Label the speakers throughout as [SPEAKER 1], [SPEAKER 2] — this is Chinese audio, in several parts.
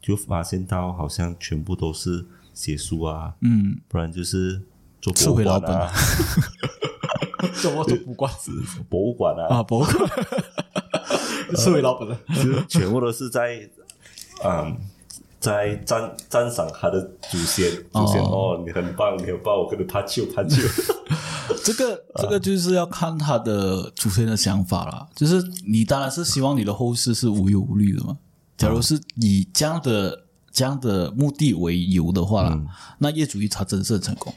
[SPEAKER 1] 就发现到好像全部都是写书啊，
[SPEAKER 2] 嗯，
[SPEAKER 1] 不然就是做
[SPEAKER 2] 吃
[SPEAKER 1] 博物
[SPEAKER 2] 回老
[SPEAKER 1] 馆
[SPEAKER 2] 本
[SPEAKER 1] 啊，
[SPEAKER 3] 怎么做不惯
[SPEAKER 1] 博物馆啊，
[SPEAKER 2] 啊，博物馆
[SPEAKER 3] 是为老本了。
[SPEAKER 1] 就是全部都是在，嗯，在赞赞赏他的祖先，祖先哦你很棒，你很棒，我跟你拍球拍球。
[SPEAKER 2] 这个这个就是要看他的祖先的想法啦。就是你当然是希望你的后世是无忧无虑的嘛。假如是以这样的这样的目的为由的话啦，
[SPEAKER 3] 嗯
[SPEAKER 2] 那业主一查真是很成功。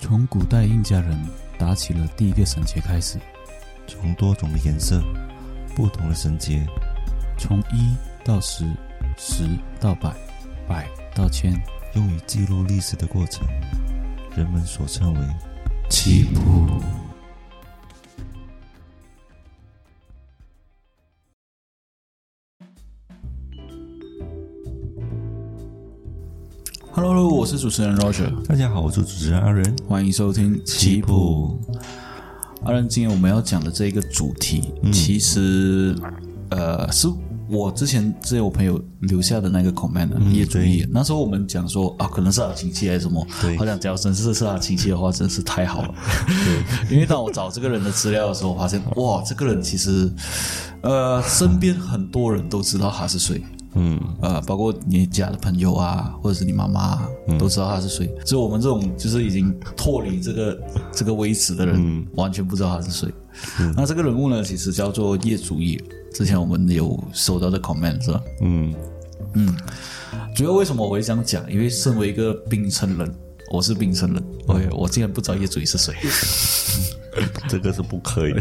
[SPEAKER 4] 从古代印加人打起了第一个绳结开始，
[SPEAKER 5] 从多种的颜色、不同的绳结、
[SPEAKER 4] 从一到十，十到百，百到千，
[SPEAKER 5] 用于记录历史的过程，人们所称为
[SPEAKER 4] 起步。
[SPEAKER 2] Hello，我是主持人 Roger，
[SPEAKER 5] 大家好，我是主持人阿仁。
[SPEAKER 2] 欢迎收听
[SPEAKER 5] 棋谱。
[SPEAKER 2] 阿仁，今天我们要讲的这个主题，其实呃是我之前之前我朋友留下的那个 comment 啊业主意。那时候我们讲说啊，可能是他亲戚还是什么，
[SPEAKER 5] 对
[SPEAKER 2] 好像假如真是是他亲戚的话，真是太好了。 对，因为当我找这个人的资料的时候，我发现哇，这个人其实呃身边很多人都知道他是谁。
[SPEAKER 5] 嗯，
[SPEAKER 2] 呃，包括你家的朋友啊，或者是你妈妈、啊，
[SPEAKER 5] 嗯
[SPEAKER 2] 都知道他是谁。只有我们这种就是已经脱离这 个这个位置的人，
[SPEAKER 5] 嗯
[SPEAKER 2] 完全不知道他是谁。那这个人物呢，其实叫做叶祖义。之前我们有收到的 comment 是吧？
[SPEAKER 5] 嗯，
[SPEAKER 2] 主要为什么我会这样讲？因为身为一个槟城人，我是槟城人，
[SPEAKER 5] 嗯
[SPEAKER 2] 我我竟然不知道叶祖义是谁。
[SPEAKER 1] 这个是不可以的，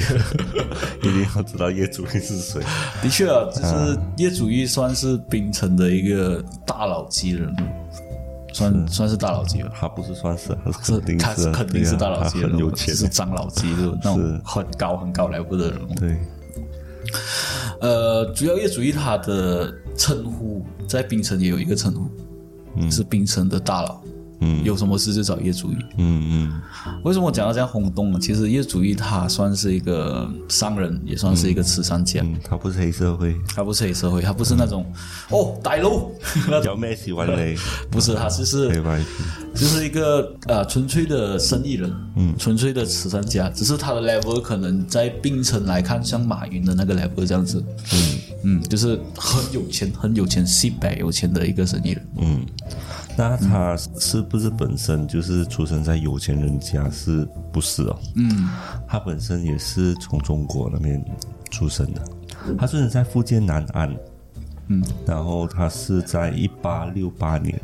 [SPEAKER 1] 一定要知道业主会是谁。
[SPEAKER 2] 的确啊，就是叶祖义算是槟城的一个大佬级人物，算算是大佬级吧。
[SPEAKER 1] 他不是算是，他
[SPEAKER 2] 是
[SPEAKER 1] 肯定
[SPEAKER 2] 他
[SPEAKER 1] 是
[SPEAKER 2] 肯定是大佬级
[SPEAKER 1] 对啊他
[SPEAKER 2] 的人物，
[SPEAKER 1] 很有钱
[SPEAKER 2] 是张老级的那种很高很高 level 的人物。
[SPEAKER 1] 对，
[SPEAKER 2] 呃，主要业主义他的称呼在槟城也有一个称呼，
[SPEAKER 1] 嗯
[SPEAKER 2] 是槟城的大佬。嗯，有什么事就找叶主义。
[SPEAKER 5] 嗯嗯，
[SPEAKER 2] 为什么我讲到这样轰动呢？其实叶主义他算是一个商人，也算是一个慈善家。
[SPEAKER 1] 嗯，他不是黑社会，
[SPEAKER 2] 他不是黑社会，他不是那种、
[SPEAKER 1] 嗯
[SPEAKER 2] 哦歹佬， 那种
[SPEAKER 1] 叫咩喜欢嘞，
[SPEAKER 2] 不 是，他就是
[SPEAKER 1] 黑白
[SPEAKER 2] 就是一个呃纯粹的生意人，嗯，纯粹的慈善家，只是他的 level 可能在槟城来看，像马云的那个 level 这样子，嗯嗯，就是很有钱，很有钱，西北有钱的一个生意人，
[SPEAKER 1] 嗯，那他是不是本身就是出生在有钱人家？是不是哦？嗯，他本身也是从中国那边出生的，他出生在福建南安，嗯，然后他是在一八六八年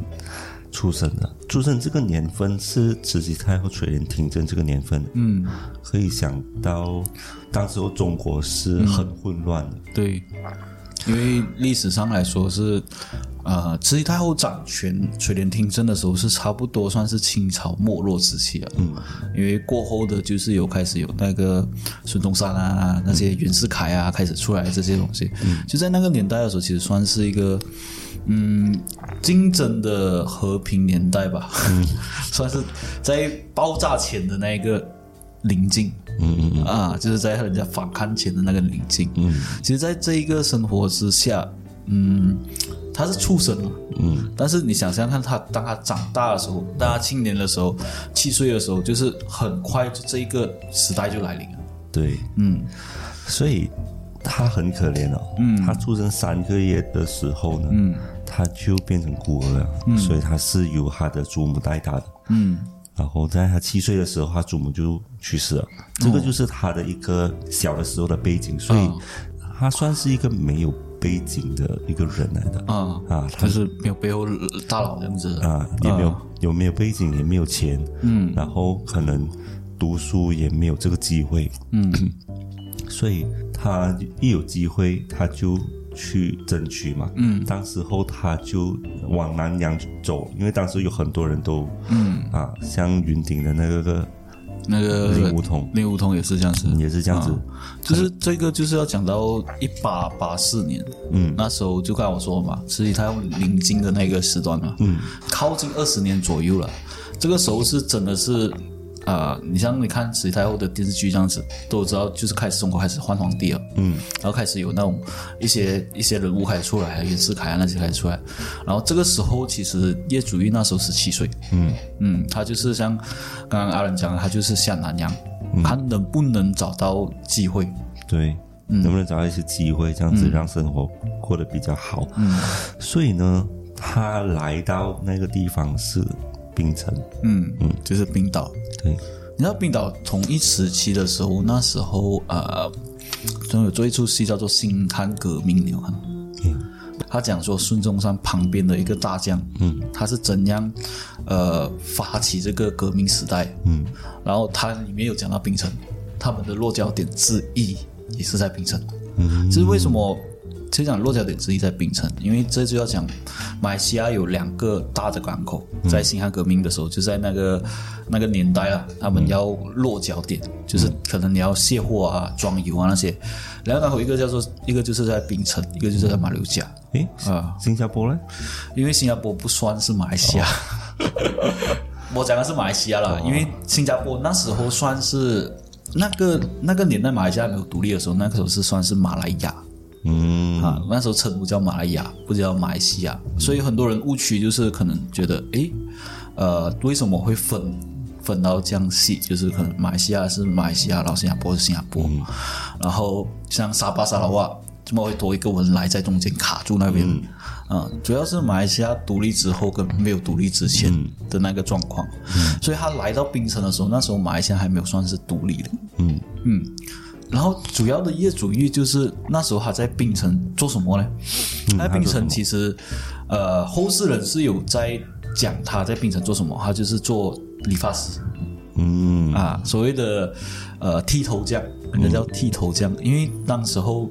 [SPEAKER 1] 出生的，出生这个年份是慈禧太后垂帘听政这个年份，嗯，可以想到当时候中国是很混乱的，
[SPEAKER 2] 对，因为历史上来说是，呃，慈禧太后掌权垂帘听政的时候是差不多算是清朝没落时期了。嗯，因为过后的就是有开始有那个孙中山啊，那些袁世凯啊，开始出来这些东西。嗯，就在那个年代的时候，其实算是一个。嗯，竞争的和平年代吧， 算是在爆炸前的那一个临近，嗯嗯啊，就是在人家反抗前的那个临近，嗯，其实在这一个生活之下，嗯，他是畜生嘛，嗯，但是你想想看他，当他长大的时候，当他青年的时候，七岁的时候，就是很快就这一个时代就来临了，
[SPEAKER 1] 对，
[SPEAKER 2] 嗯，
[SPEAKER 1] 所以他很可怜哦。嗯，他出生三个月的时候呢，嗯，他就变成孤儿了，所以他是由他的祖母带大的。
[SPEAKER 2] 嗯，
[SPEAKER 1] 然后在他七岁的时候，他祖母就去世
[SPEAKER 2] 哦
[SPEAKER 1] 了。这个就是他的一个小的时候的背景，所以
[SPEAKER 2] 哦
[SPEAKER 1] 他算是一个没有背景的一个人来的。
[SPEAKER 2] 啊
[SPEAKER 1] 啊，他
[SPEAKER 2] 就是没有背后大佬这样子
[SPEAKER 1] 啊，也没有、有没有背景，也没有钱，嗯，然后可能读书也没有这个机会，嗯， 所以他一有机会他就去争取嘛，嗯，当时候他就往南洋走，因为当时有很多人都，嗯啊，像云顶的那个
[SPEAKER 2] 那个
[SPEAKER 1] 林梧桐
[SPEAKER 2] 令狐通也是这样子，
[SPEAKER 1] 也是这样子，
[SPEAKER 2] 就是这个就是要讲到一八八四年，嗯，那时候就刚才我说嘛，慈禧太后临近的那个时段嘛，嗯，靠近二十年左右了，这个时候是真的是啊、你像你看慈禧太后的电视剧这样子，都知道就是开始中国开始换皇帝了，嗯，然后开始有那种一些一些人物开始出来，袁世凯啊那些开始出来，然后这个时候其实叶祖玉那时候十七岁，嗯嗯，他就是像刚刚阿伦讲的，他就是下南洋，看能不能找到机会，
[SPEAKER 1] 对，能不能找到一些机会，这样子让生活过得比较好。嗯，所以呢，他来到那个地方是槟城，
[SPEAKER 2] 嗯嗯，就是冰岛，
[SPEAKER 1] 对，
[SPEAKER 2] 你知道冰岛同一时期的时候，那时候呃，总有做一出戏叫做《新汉革命》，你有看吗？
[SPEAKER 1] 嗯
[SPEAKER 2] 他讲说孙中山旁边的一个大将，嗯，他是怎样呃发起这个革命时代，嗯，然后他里面有讲到槟城，他们的落脚点之一也是在槟城，嗯，这是为什么？其实讲落脚点之一在槟城，因为这就要讲，马来西亚有两个大的港口，在辛亥革命的时候，就在那个那个年代啊，他们要落脚点，就是可能你要卸货啊、装油啊那些。两个港口，一个叫做一个就是在槟城，一个就是在马六甲。
[SPEAKER 1] 诶，
[SPEAKER 2] 啊
[SPEAKER 1] 新加坡呢？
[SPEAKER 2] 因为新加坡不算是马来西亚。 我讲的是马来西亚啦，因为新加坡那时候算是那个那个年代马来西亚没有独立的时候，那个时候是算是马来亚。
[SPEAKER 1] 嗯，
[SPEAKER 2] 啊，那时候称呼叫马来亚，不叫马来西亚，所以很多人误区就是可能觉得，诶，呃，为什么会分分到这样细？就是可能马来西亚是马来西亚，然后新加坡是新加坡，然后像沙巴、沙拉哇，怎么会多一个文莱在中间卡住那边？啊，主要是马来西亚独立之后跟没有独立之前的那个状况，所以他来到槟城的时候，那时候马来西亚还没有算是独立的，然后主要的业主欲就是那时候他在槟城做什么呢？他在槟城其实，呃，后世人是有在讲他在槟城做什么，他就是做理发师。
[SPEAKER 1] 嗯，
[SPEAKER 2] 啊，所谓的呃剃头匠，人家叫剃头匠，因为当时候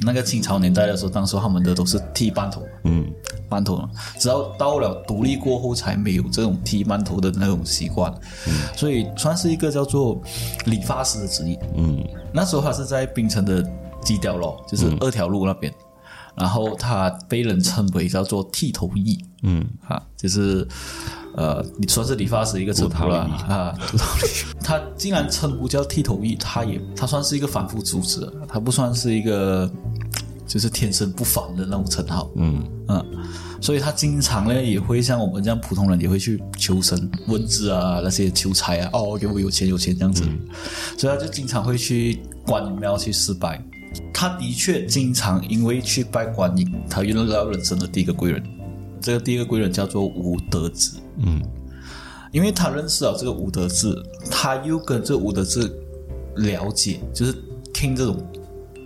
[SPEAKER 2] 那个清朝年代的时候，当时候他们的都是剃半头，嗯，半头，只要到了独立过后才没有这种剃半头的那种习惯，所以算是一个叫做理发师的职业，嗯，那时候他是在槟城的基调咯，就是二条路那边。然后他被人称为叫做剃头艺，嗯啊，就是呃，你算是理发师一个称呼了啊， 秃头艺。他竟然称呼叫剃头艺，他也他算是一个反复组织，他不算是一个就是天生不凡的那种称号，嗯嗯，所以他经常呢也会像我们这样普通人也会去求神问字啊，那些求财啊，哦，给我有钱有钱这样子，所以他就经常会去关庙去拜拜。他的确经常因为去拜观音，他遇到了人生的第一个贵人。这个第一个贵人叫做吴德志，嗯，因为他认识了这个吴德志，他又跟这吴德志了解，就是听这种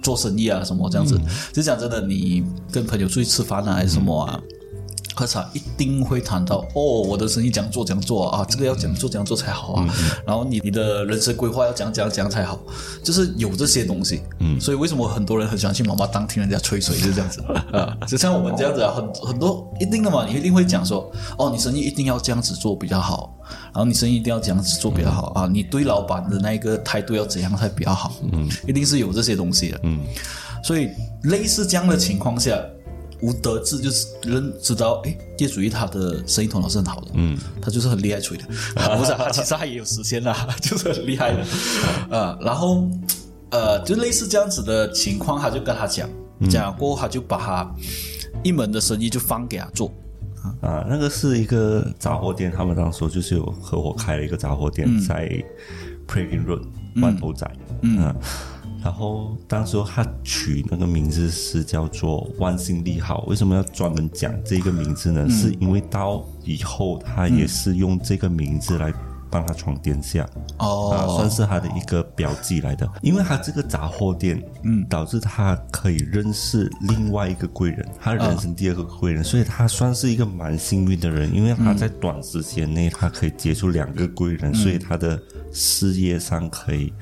[SPEAKER 2] 做生意啊什么这样子。就讲真的，你跟朋友出去吃饭啊还是什么啊，喝茶一定会谈到哦，我的生意怎样做怎样做啊，这个要怎样做怎样做才好啊。然后你你的人生规划要怎样怎样怎样才好，就是有这些东西。嗯，所以为什么很多人很喜欢去妈妈当听人家吹水，就是这 样子啊，就像我们这样子啊，很很多一定的嘛，你一定会讲说哦，你生意一定要这样子做比较好，然后你生意一定要这样子做比较好啊，你对老板的那个态度要怎样才比较好，嗯，一定是有这些东西的，嗯，所以类似这样的情况下。吴德志就是认知道，哎，叶祖义他的生意头脑是很好的，嗯，他就是很厉 害吹的，啊不是，他其实他也有实现啦， 就是很厉害的， 呃，然后呃，就类似这样子的情况，他就跟他讲，
[SPEAKER 1] 嗯
[SPEAKER 2] 讲了过后他就把他一门的生意就放给他做，
[SPEAKER 1] 啊，那个是一个杂货店，他们当时就是有合伙开了一个杂货店，在 p r e g i n Road 万头仔，嗯、啊，然后当时他取那个名字是叫做万兴利好，为什么要专门讲这个名字呢？是因为到以后他也是用这个名字来帮他闯天下，啊，
[SPEAKER 2] 哦，
[SPEAKER 1] 算是他的一个标记来的，因为他这个杂货店，嗯，导致他可以认识另外一个贵人，他人生第二个贵
[SPEAKER 2] 嗯
[SPEAKER 1] 人，所以他算是一个蛮幸运的人，因为他在短时间内他可以接触两个贵人，
[SPEAKER 2] 嗯
[SPEAKER 1] 所以他的事业上可以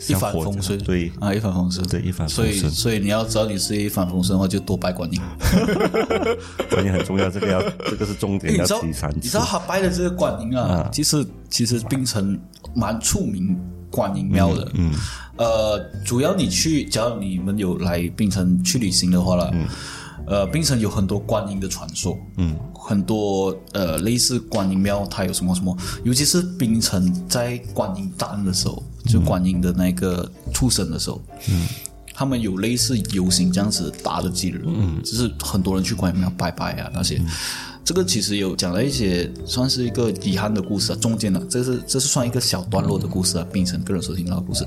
[SPEAKER 2] 一
[SPEAKER 1] 像
[SPEAKER 2] 帆
[SPEAKER 1] 火
[SPEAKER 2] 风
[SPEAKER 1] 箭
[SPEAKER 2] 顺，
[SPEAKER 1] 对
[SPEAKER 2] 啊，一帆风顺，
[SPEAKER 1] 对一帆
[SPEAKER 2] 所
[SPEAKER 1] 风
[SPEAKER 2] 以
[SPEAKER 1] 顺，
[SPEAKER 2] 所以你要知道你是一帆风顺的话，就多拜观音。
[SPEAKER 1] 关键很重要，这个要这个是重点，
[SPEAKER 2] 哎你
[SPEAKER 1] 要
[SPEAKER 2] 知道
[SPEAKER 1] 提三
[SPEAKER 2] 你知
[SPEAKER 1] 次
[SPEAKER 2] 道，他拜的这个啊观音啊，其实其实槟城蛮出名观音庙的，嗯，呃，主要你去，只要你们有来槟城去旅行的话啦，呃，槟城有很多观音的传说，嗯，很多呃类似观音庙，它有什么什么，尤其是槟城在观音诞的时候，就观音的那个出生的时候，嗯。他们有类似游行这样子大的节日，嗯，就是很多人去观音庙拜拜啊那些，这个其实有讲了一些算是一个遗憾的故事啊，中间的、这是这是算一个小段落的故事啊，变成个人所听到的故事。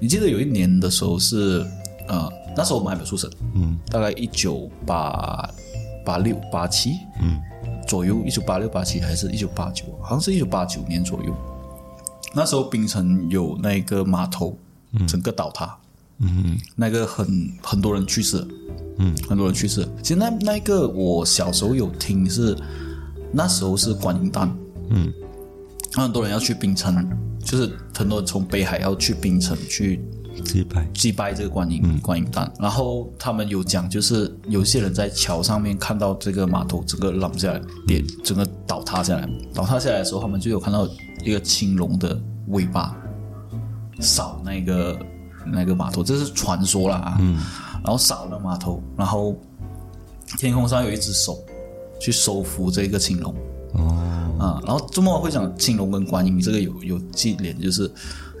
[SPEAKER 2] 你记得有一年的时候是呃，那时候我们还没有出生，嗯，大概一九八八六八七，嗯，左右一九八六八七还是一九八九，好像是一九八九年左右。那时候槟城有那个码头，整个倒塌，那个很很多人去世，嗯，很多人去世。其实那那一个我小时候有听是，那时候是观音诞，嗯，很多人要去冰城，就是很多人从北海要去冰城去
[SPEAKER 1] 祭拜，
[SPEAKER 2] 祭拜这个观音、观音诞，然后他们有讲，就是有一些人在桥上面看到这个码头整个浪下来，跌，整个倒塌下来，倒塌下来的时候，他们就有看到一个青龙的尾巴扫那个那个码头，这是传说啦、啊，嗯，然后扫了码头，然后天空上有一只手去收服这个青龙，啊，然后周末会讲青龙跟观音这个有有记联，就是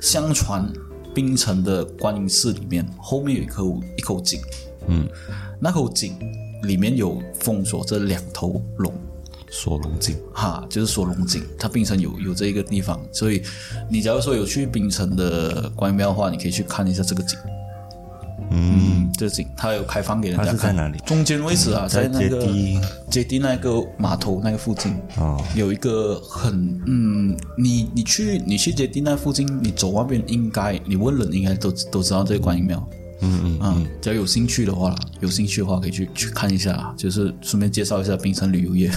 [SPEAKER 2] 相传冰城的观音寺里面后面有一口一口井，嗯，那口井里面有封锁这两头龙，
[SPEAKER 1] 锁龙井。
[SPEAKER 2] 哈，就是锁龙井，它槟城有有这一个地方，所以你假如说有去槟城的观音庙的话，你可以去看一下这个井。嗯，这个井它有开放给人家看。
[SPEAKER 1] 它是在哪里嗯
[SPEAKER 2] 中间位置啊，
[SPEAKER 1] 在
[SPEAKER 2] 那
[SPEAKER 1] 阶
[SPEAKER 2] 个
[SPEAKER 1] 梯
[SPEAKER 2] 阶梯那个码头那个附近，
[SPEAKER 1] 哦
[SPEAKER 2] 有一个很嗯，你你去你去阶梯那附近，你走那边应该你问人应该都都知道这个观音庙。嗯嗯嗯，只要有兴趣的话啦，有兴趣的话可以去去看一下啦，就是顺便介绍一下槟城旅游 业。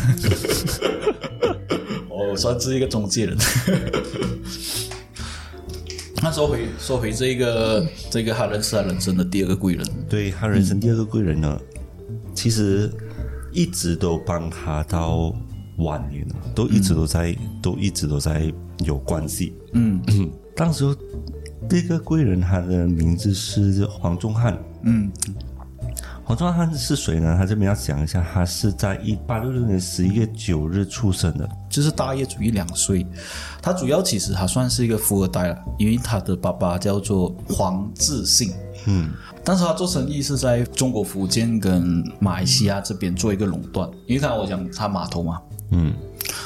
[SPEAKER 2] 哦我算是一个中介人。 那说回说回这个这个他认识他啊人生的第二个贵人，
[SPEAKER 1] 对他人生第二个贵人呢，其实一直都帮他到晚年了，都一直都在，都一直都在有关系。嗯，当时候这个贵人他的名字是黄宗汉。嗯。黄宗汉是谁呢？他这边要讲一下，他是在一八六六年十一月九日出生的。
[SPEAKER 2] 就是大业主义两岁。他主要其实他算是一个富二代了，因为他的爸爸叫做黄志信。嗯，当时他做生意是在中国福建跟马来西亚这边做一个垄断，因为刚才我讲他码头嘛，嗯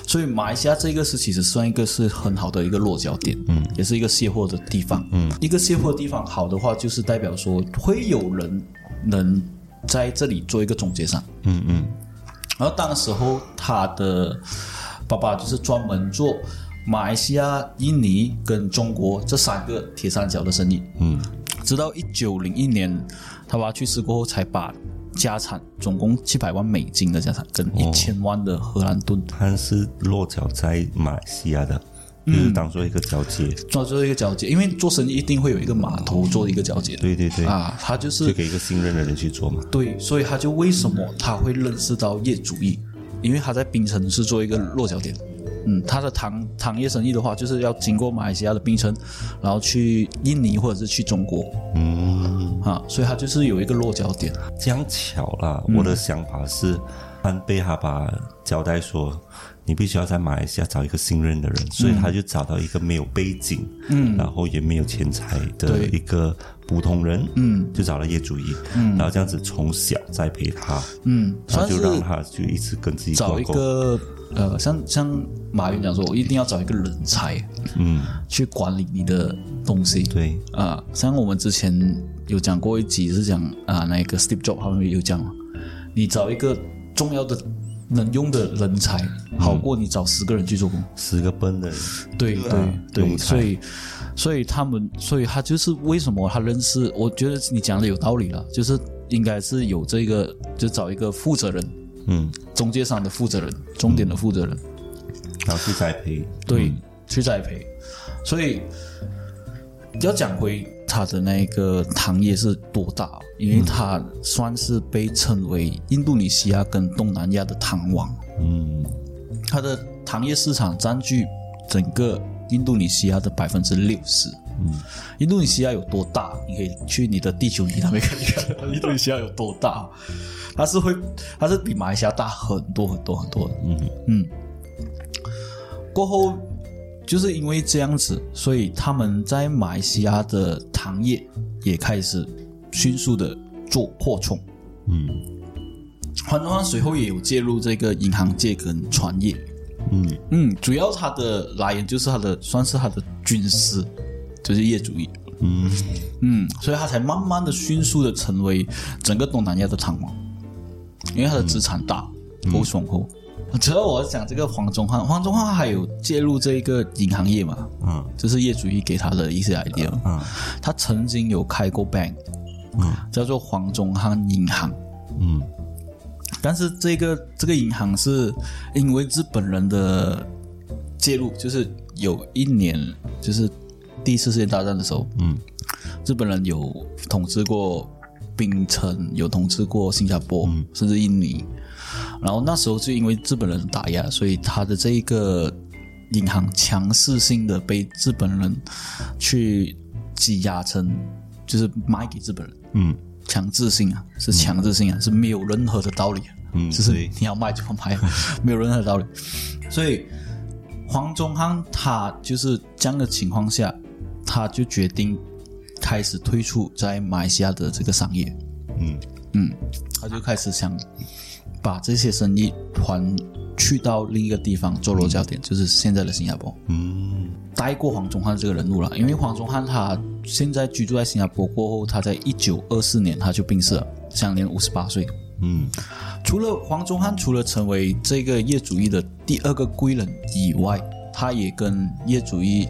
[SPEAKER 2] 所以马来西亚这个是其实算一个是很好的一个落脚点，嗯，也是一个卸货的地方，嗯，一个卸货的地方好的话，就是代表说会有人能在这里做一个总结商，嗯嗯，然后当时候他的爸爸就是专门做。马来西亚、印尼跟中国这三个铁三角的生意，嗯，直到一九零一年他爸去世过后，才把家产总共七百万美金的家产
[SPEAKER 1] 哦
[SPEAKER 2] 跟一千万的荷兰盾
[SPEAKER 1] 他是落脚在马来西亚的，就是当做一个交接。
[SPEAKER 2] 做做一个交接，因为做生意一定会有一个码头做一个交接的。
[SPEAKER 1] 哦对对对，
[SPEAKER 2] 啊，他就是
[SPEAKER 1] 就给一个信任的人去做嘛。
[SPEAKER 2] 对，所以他就为什么他会认识到业主义，因为他在槟城是做一个落脚点。嗯，他的糖糖业生意的话，就是要经过马来西亚的槟城，然后去印尼或者是去中国
[SPEAKER 1] 嗯，
[SPEAKER 2] 啊，所以他就是有一个落脚点。
[SPEAKER 1] 这样巧啦，我的想法是，安贝哈巴交代说，你必须要在马来西亚找一个信任的人，所以他就找到一个没有背景，嗯，然后也没有钱财的
[SPEAKER 2] 对
[SPEAKER 1] 一个普通人，嗯，就找了叶主义，嗯，然后这样子从小栽培他，
[SPEAKER 2] 嗯，
[SPEAKER 1] 然后
[SPEAKER 2] 算
[SPEAKER 1] 啊就是让他就一直跟自己
[SPEAKER 2] 找
[SPEAKER 1] 挂
[SPEAKER 2] 一
[SPEAKER 1] 钩，
[SPEAKER 2] 个呃，像像马云讲说，我一定要找一个人才，嗯，去管理你的东西。
[SPEAKER 1] 对，
[SPEAKER 2] 啊，像我们之前有讲过一集是讲啊，那个 Steve Jobs 他们有讲嘛，你找一个重要的能用的人才，好过你找十个人去做工。
[SPEAKER 1] 十个笨的人，
[SPEAKER 2] 对对对，
[SPEAKER 1] 庸才
[SPEAKER 2] 所以所以他们，所以他就是为什么他认识，我觉得你讲的有道理了，就是应该是有这个，就找一个负责人，
[SPEAKER 1] 嗯，
[SPEAKER 2] 中介商的负责人，终点的负责人，
[SPEAKER 1] 然后去栽培，
[SPEAKER 2] 对，去栽培。所以要讲回他的那个行业是多大哦，因为他算是被称为印度尼西亚跟东南亚的糖王。
[SPEAKER 1] 嗯，
[SPEAKER 2] 它的糖业市场占据整个印度尼西亚的百分之六十。嗯，印度尼西亚有多大？你可以去你的地球仪那边看一 看，印度尼西亚有多大？它是会，它是比马来西亚大很多很多很多的。嗯嗯。过后就是因为这样子，所以他们在马来西亚的糖业也开始迅速的做扩充。环环随后也有介入这个银行界跟船业。嗯嗯，主要它的来源就是它的，算是它的军师，就是业主义。嗯嗯，所以它才慢慢的、迅速的成为整个东南亚的唐王，因为它的资产大，够雄厚。主嗯要我讲这个黄宗汉，黄宗汉还有介入这个银行业嘛，
[SPEAKER 1] 啊
[SPEAKER 2] 嗯，就是业主义给他的一些 idea，嗯，他曾经有开过 bank，嗯，叫做黄宗汉银行，
[SPEAKER 1] 嗯
[SPEAKER 2] 但是这个这个银行是因为日本人的介入，就是有一年就是第一次世界大战的时候，嗯，日本人有统治过槟城，有统治过新加坡，甚至印尼。然后那时候就因为日本人打压，所以他的这一个银行强势性的被日本人去挤压成，就是卖给日本人。
[SPEAKER 1] 嗯
[SPEAKER 2] 强制性啊，是强制性啊，是没有任何的道理、啊。嗯，就是你要卖就卖， 没有任何道理。所以黄宗汉他就是这样的情况下，他就决定开始退出在马来西亚的这个商业。嗯嗯，他就开始想把这些生意还去到另一个地方做落脚点，就是现在的新加坡。
[SPEAKER 1] 嗯
[SPEAKER 2] 待过黄宗汉这个人物了，因为黄宗汉他现在居住在新加坡过后，他在一九二四年他就病逝了，享年五十八岁。除了黄宗汉，除了成为这个业主义的第二个贵人以外，他也跟业主义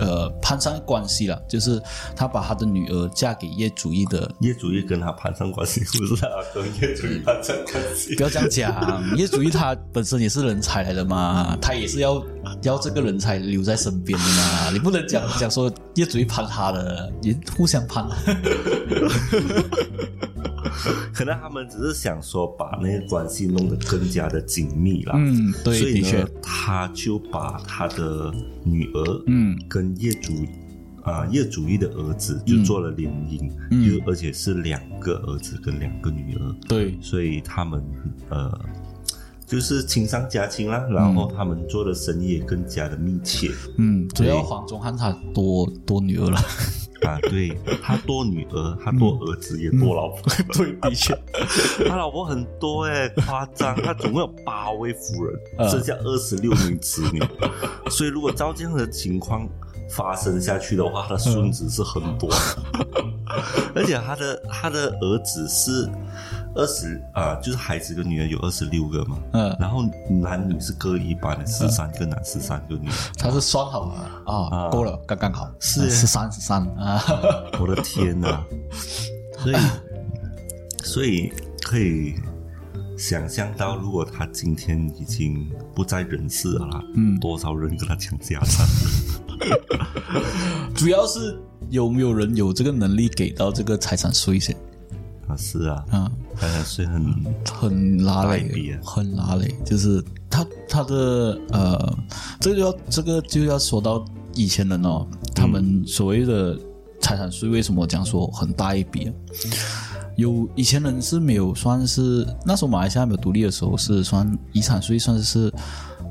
[SPEAKER 2] 呃攀上关系了，就是他把他的女儿嫁给业主义的
[SPEAKER 1] 业主也跟他攀上关系，不是他跟业主也攀上关系
[SPEAKER 2] 不。要这样讲，业主义他本身也是人才来的嘛，他也是要要这个人才留在身边的嘛，你不能讲讲说业主义攀他的，也互相攀。
[SPEAKER 1] 可能他们只是想说把那个关系弄得更加的紧密啦。
[SPEAKER 2] 嗯对
[SPEAKER 1] 所以
[SPEAKER 2] 的
[SPEAKER 1] 呢
[SPEAKER 2] 确，
[SPEAKER 1] 他就把他的女儿，
[SPEAKER 2] 嗯，
[SPEAKER 1] 跟业主啊、业主义的儿子就做了联姻，
[SPEAKER 2] 嗯
[SPEAKER 1] 就而且是两个儿子跟两个女儿，
[SPEAKER 2] 对，
[SPEAKER 1] 所以他们呃。就是亲上加亲啦，然后他们做的生意也更加的密切、
[SPEAKER 2] 嗯，主
[SPEAKER 1] 对
[SPEAKER 2] 要黄宗汉他多多女儿了，
[SPEAKER 1] 啊。对他多女儿，他多儿子，也多老婆。
[SPEAKER 2] 对，的确，
[SPEAKER 1] 他老婆很多哎、夸张，他总共有八位夫人，
[SPEAKER 2] 嗯
[SPEAKER 1] 剩下二十六名子女，所以如果照这样的情况发生下去的话，他孙子是很 多，而且他的他的儿子是二十啊，就是孩子跟女儿有二十六个嘛，
[SPEAKER 2] 嗯，
[SPEAKER 1] 然后男女是各一半的，十三个男，十三个女，
[SPEAKER 2] 他是算好了啊，够了，刚刚好，
[SPEAKER 1] 是
[SPEAKER 2] 十三十三啊，
[SPEAKER 1] 我的天呐、所以，所以可以想象到，如果他今天已经不在人世了啦，嗯，多少人跟他抢家产？
[SPEAKER 2] 主要是有没有人有这个能力给到这个财产税先
[SPEAKER 1] 啊，是啊，
[SPEAKER 2] 啊？
[SPEAKER 1] 哎呀，所以很
[SPEAKER 2] 很拉
[SPEAKER 1] 大一笔
[SPEAKER 2] 累
[SPEAKER 1] 啊，
[SPEAKER 2] 很拉累。就是他他的呃，这个就要这个就要说到以前人哦，他们所谓的财产税为什么讲说很大一笔、啊？有以前人是没有算是那时候马来西亚没有独立的时候是算遗产税算是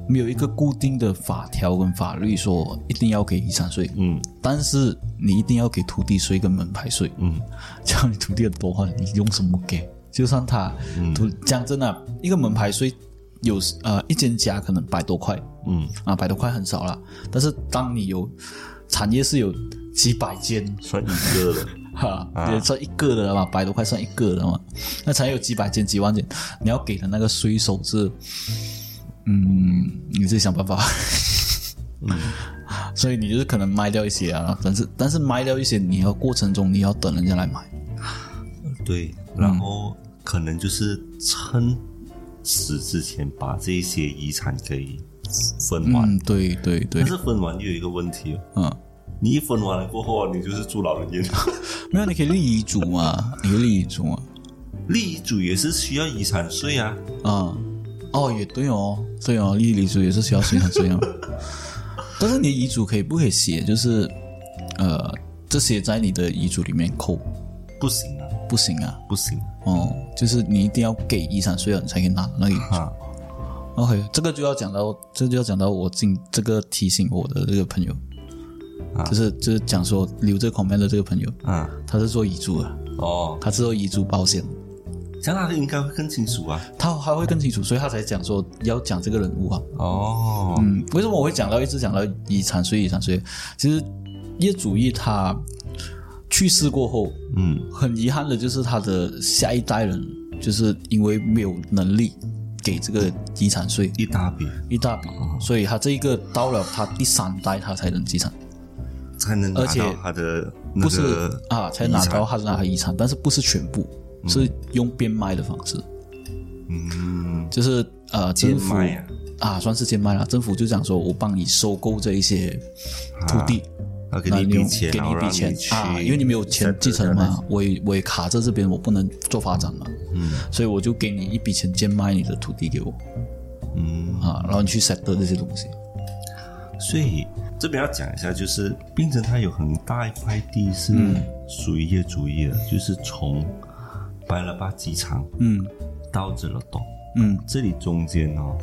[SPEAKER 2] 没有一个固定的法条跟法律说一定要给遗产税，
[SPEAKER 1] 嗯，
[SPEAKER 2] 但是你一定要给土地税跟门牌税，嗯， 这样你土地很多话，你用什么给？就算他土讲真的，一个门牌税有时呃一间家可能百多块，
[SPEAKER 1] 嗯
[SPEAKER 2] 啊百多块很少啦，但是当你有产业是有几百间
[SPEAKER 1] 算一个 了。
[SPEAKER 2] 哈，也算一个的了嘛，百多块算一个的嘛，那才有几百件、几万件，你要给的那个税收是，嗯，你自己想办法。 所以你就是可能卖掉一些啊，但是但是卖掉一些，你要过程中你要等人家来买，
[SPEAKER 1] 对，
[SPEAKER 2] 嗯
[SPEAKER 1] 然后可能就是趁死之前把这些遗产给分完，
[SPEAKER 2] 嗯，对对对
[SPEAKER 1] 但，是分完又有一个问题哦，
[SPEAKER 2] 嗯，
[SPEAKER 1] 你一分完了过后啊，你就是住老人院。
[SPEAKER 2] 没有你可以立遗嘱嘛，你可以立遗嘱嘛，
[SPEAKER 1] 立遗嘱也是需要遗产税啊，
[SPEAKER 2] 啊、哦，也对哦，对哦，啊 立遗嘱也是需要税很重要。但是你遗嘱可以不可以写，就是呃，这些在你的遗嘱里面扣
[SPEAKER 1] 不行啊，
[SPEAKER 2] 不行啊，
[SPEAKER 1] 不行
[SPEAKER 2] 哦，就是你一定要给遗产税了，你才可以拿那个遗嘱。
[SPEAKER 1] 啊！
[SPEAKER 2] OK，这个就要讲到，这就要讲到我进这个提醒我的这个朋友，就是就是讲说留这个 comment 的这个朋友，
[SPEAKER 1] 啊
[SPEAKER 2] 他是做遗嘱的，
[SPEAKER 1] 哦，
[SPEAKER 2] 他是做遗嘱保险，
[SPEAKER 1] 这样他应该会更清楚啊。
[SPEAKER 2] 他他会更清楚，所以他才讲说要讲这个人物啊。
[SPEAKER 1] 哦，
[SPEAKER 2] 嗯，为什么我会讲到一直讲到遗产税？遗产税，其实业主义他去世过后，
[SPEAKER 1] 嗯，
[SPEAKER 2] 很遗憾的就是他的下一代人，就是因为没有能力给这个遗产税
[SPEAKER 1] 一大笔
[SPEAKER 2] 一大笔，
[SPEAKER 1] 哦
[SPEAKER 2] 所以他这一个到了他第三代他才能继承，
[SPEAKER 1] 才能拿
[SPEAKER 2] 而且
[SPEAKER 1] 到他的那
[SPEAKER 2] 不是
[SPEAKER 1] 个
[SPEAKER 2] 啊才
[SPEAKER 1] 遗
[SPEAKER 2] 拿
[SPEAKER 1] 产
[SPEAKER 2] 到他拿他遗产，但是不是全部，是用变卖的方式，
[SPEAKER 1] 嗯，
[SPEAKER 2] 就是呃政府
[SPEAKER 1] 贱卖啊
[SPEAKER 2] 啊算是贱卖了，政府就讲说我帮你收购这一些土地。
[SPEAKER 1] 他啊给
[SPEAKER 2] 啊那
[SPEAKER 1] 你一
[SPEAKER 2] 用
[SPEAKER 1] 笔钱，
[SPEAKER 2] 给
[SPEAKER 1] 然
[SPEAKER 2] 你
[SPEAKER 1] 后
[SPEAKER 2] 一笔
[SPEAKER 1] 让
[SPEAKER 2] 钱
[SPEAKER 1] 去
[SPEAKER 2] 啊，因为你没有钱继承嘛，我也我也卡在这边，我不能做发展嘛，嗯，所以我就给你一笔钱，贱卖你的土地给我，嗯啊，然后你去 settle 这些东西，
[SPEAKER 1] 所以这边要讲一下，就是槟城它有很大一块地是
[SPEAKER 2] 嗯
[SPEAKER 1] 属于业主义的，就是从白拉巴机场
[SPEAKER 2] 嗯
[SPEAKER 1] 到这了洞，
[SPEAKER 2] 嗯
[SPEAKER 1] 这里中间哦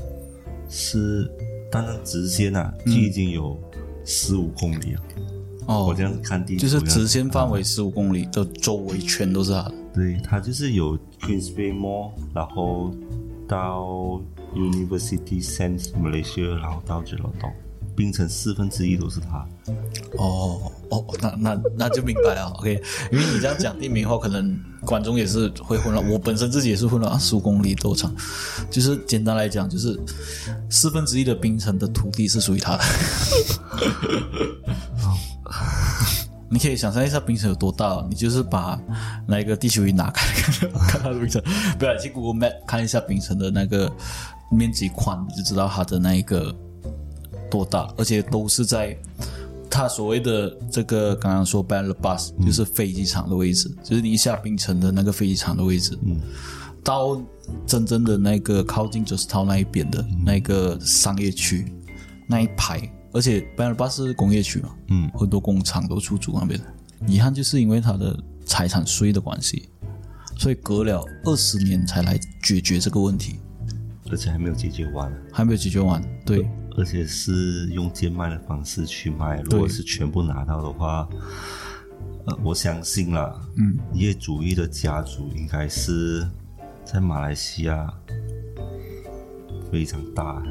[SPEAKER 1] 是单单直线啊，
[SPEAKER 2] 嗯
[SPEAKER 1] 就已经有十五公里啊了。我
[SPEAKER 2] 哦
[SPEAKER 1] 这，样子看地图，
[SPEAKER 2] 就是
[SPEAKER 1] 这样
[SPEAKER 2] 直线范围十五公里的周围全都是他的，
[SPEAKER 1] 对，它就是有 Queens Bay Mall，然后到 University Sands Malaysia，然后到这了洞，槟城四分之一都是它。
[SPEAKER 2] 哦哦，那那那就明白了，OK，因为你这样讲地名的话，可能观众也是会混乱，我本身自己也是混乱，啊，十五公里多长，就是简单来讲，就是四分之一的冰城的土地是属于他的。你可以想象一下冰城有多大，你就是把那个地球仪拿开，看看它的冰城，不要你去 Google Map 看一下冰城的那个面积宽，你就知道它的那一个多大，而且都是在它所谓的这个刚刚说 b a n l Bus，就是飞机场的位置，就是你一下冰城的那个飞机场的位置，嗯，到真正的那个靠近 Just Town 那一边的那个商业区那一排，而且 b a n l Bus 是工业区嘛，嗯，很多工厂都出租那边的，遗憾就是因为它的财产税的关系。所以隔了二十年才来解决这个问题，
[SPEAKER 1] 而且还没有解决完，啊
[SPEAKER 2] 还没有解决完。对，
[SPEAKER 1] 而且是用贱卖的方式去卖。如果是全部拿到的话，呃，我相信啦，嗯，业主义的家族应该是在马来西亚非常大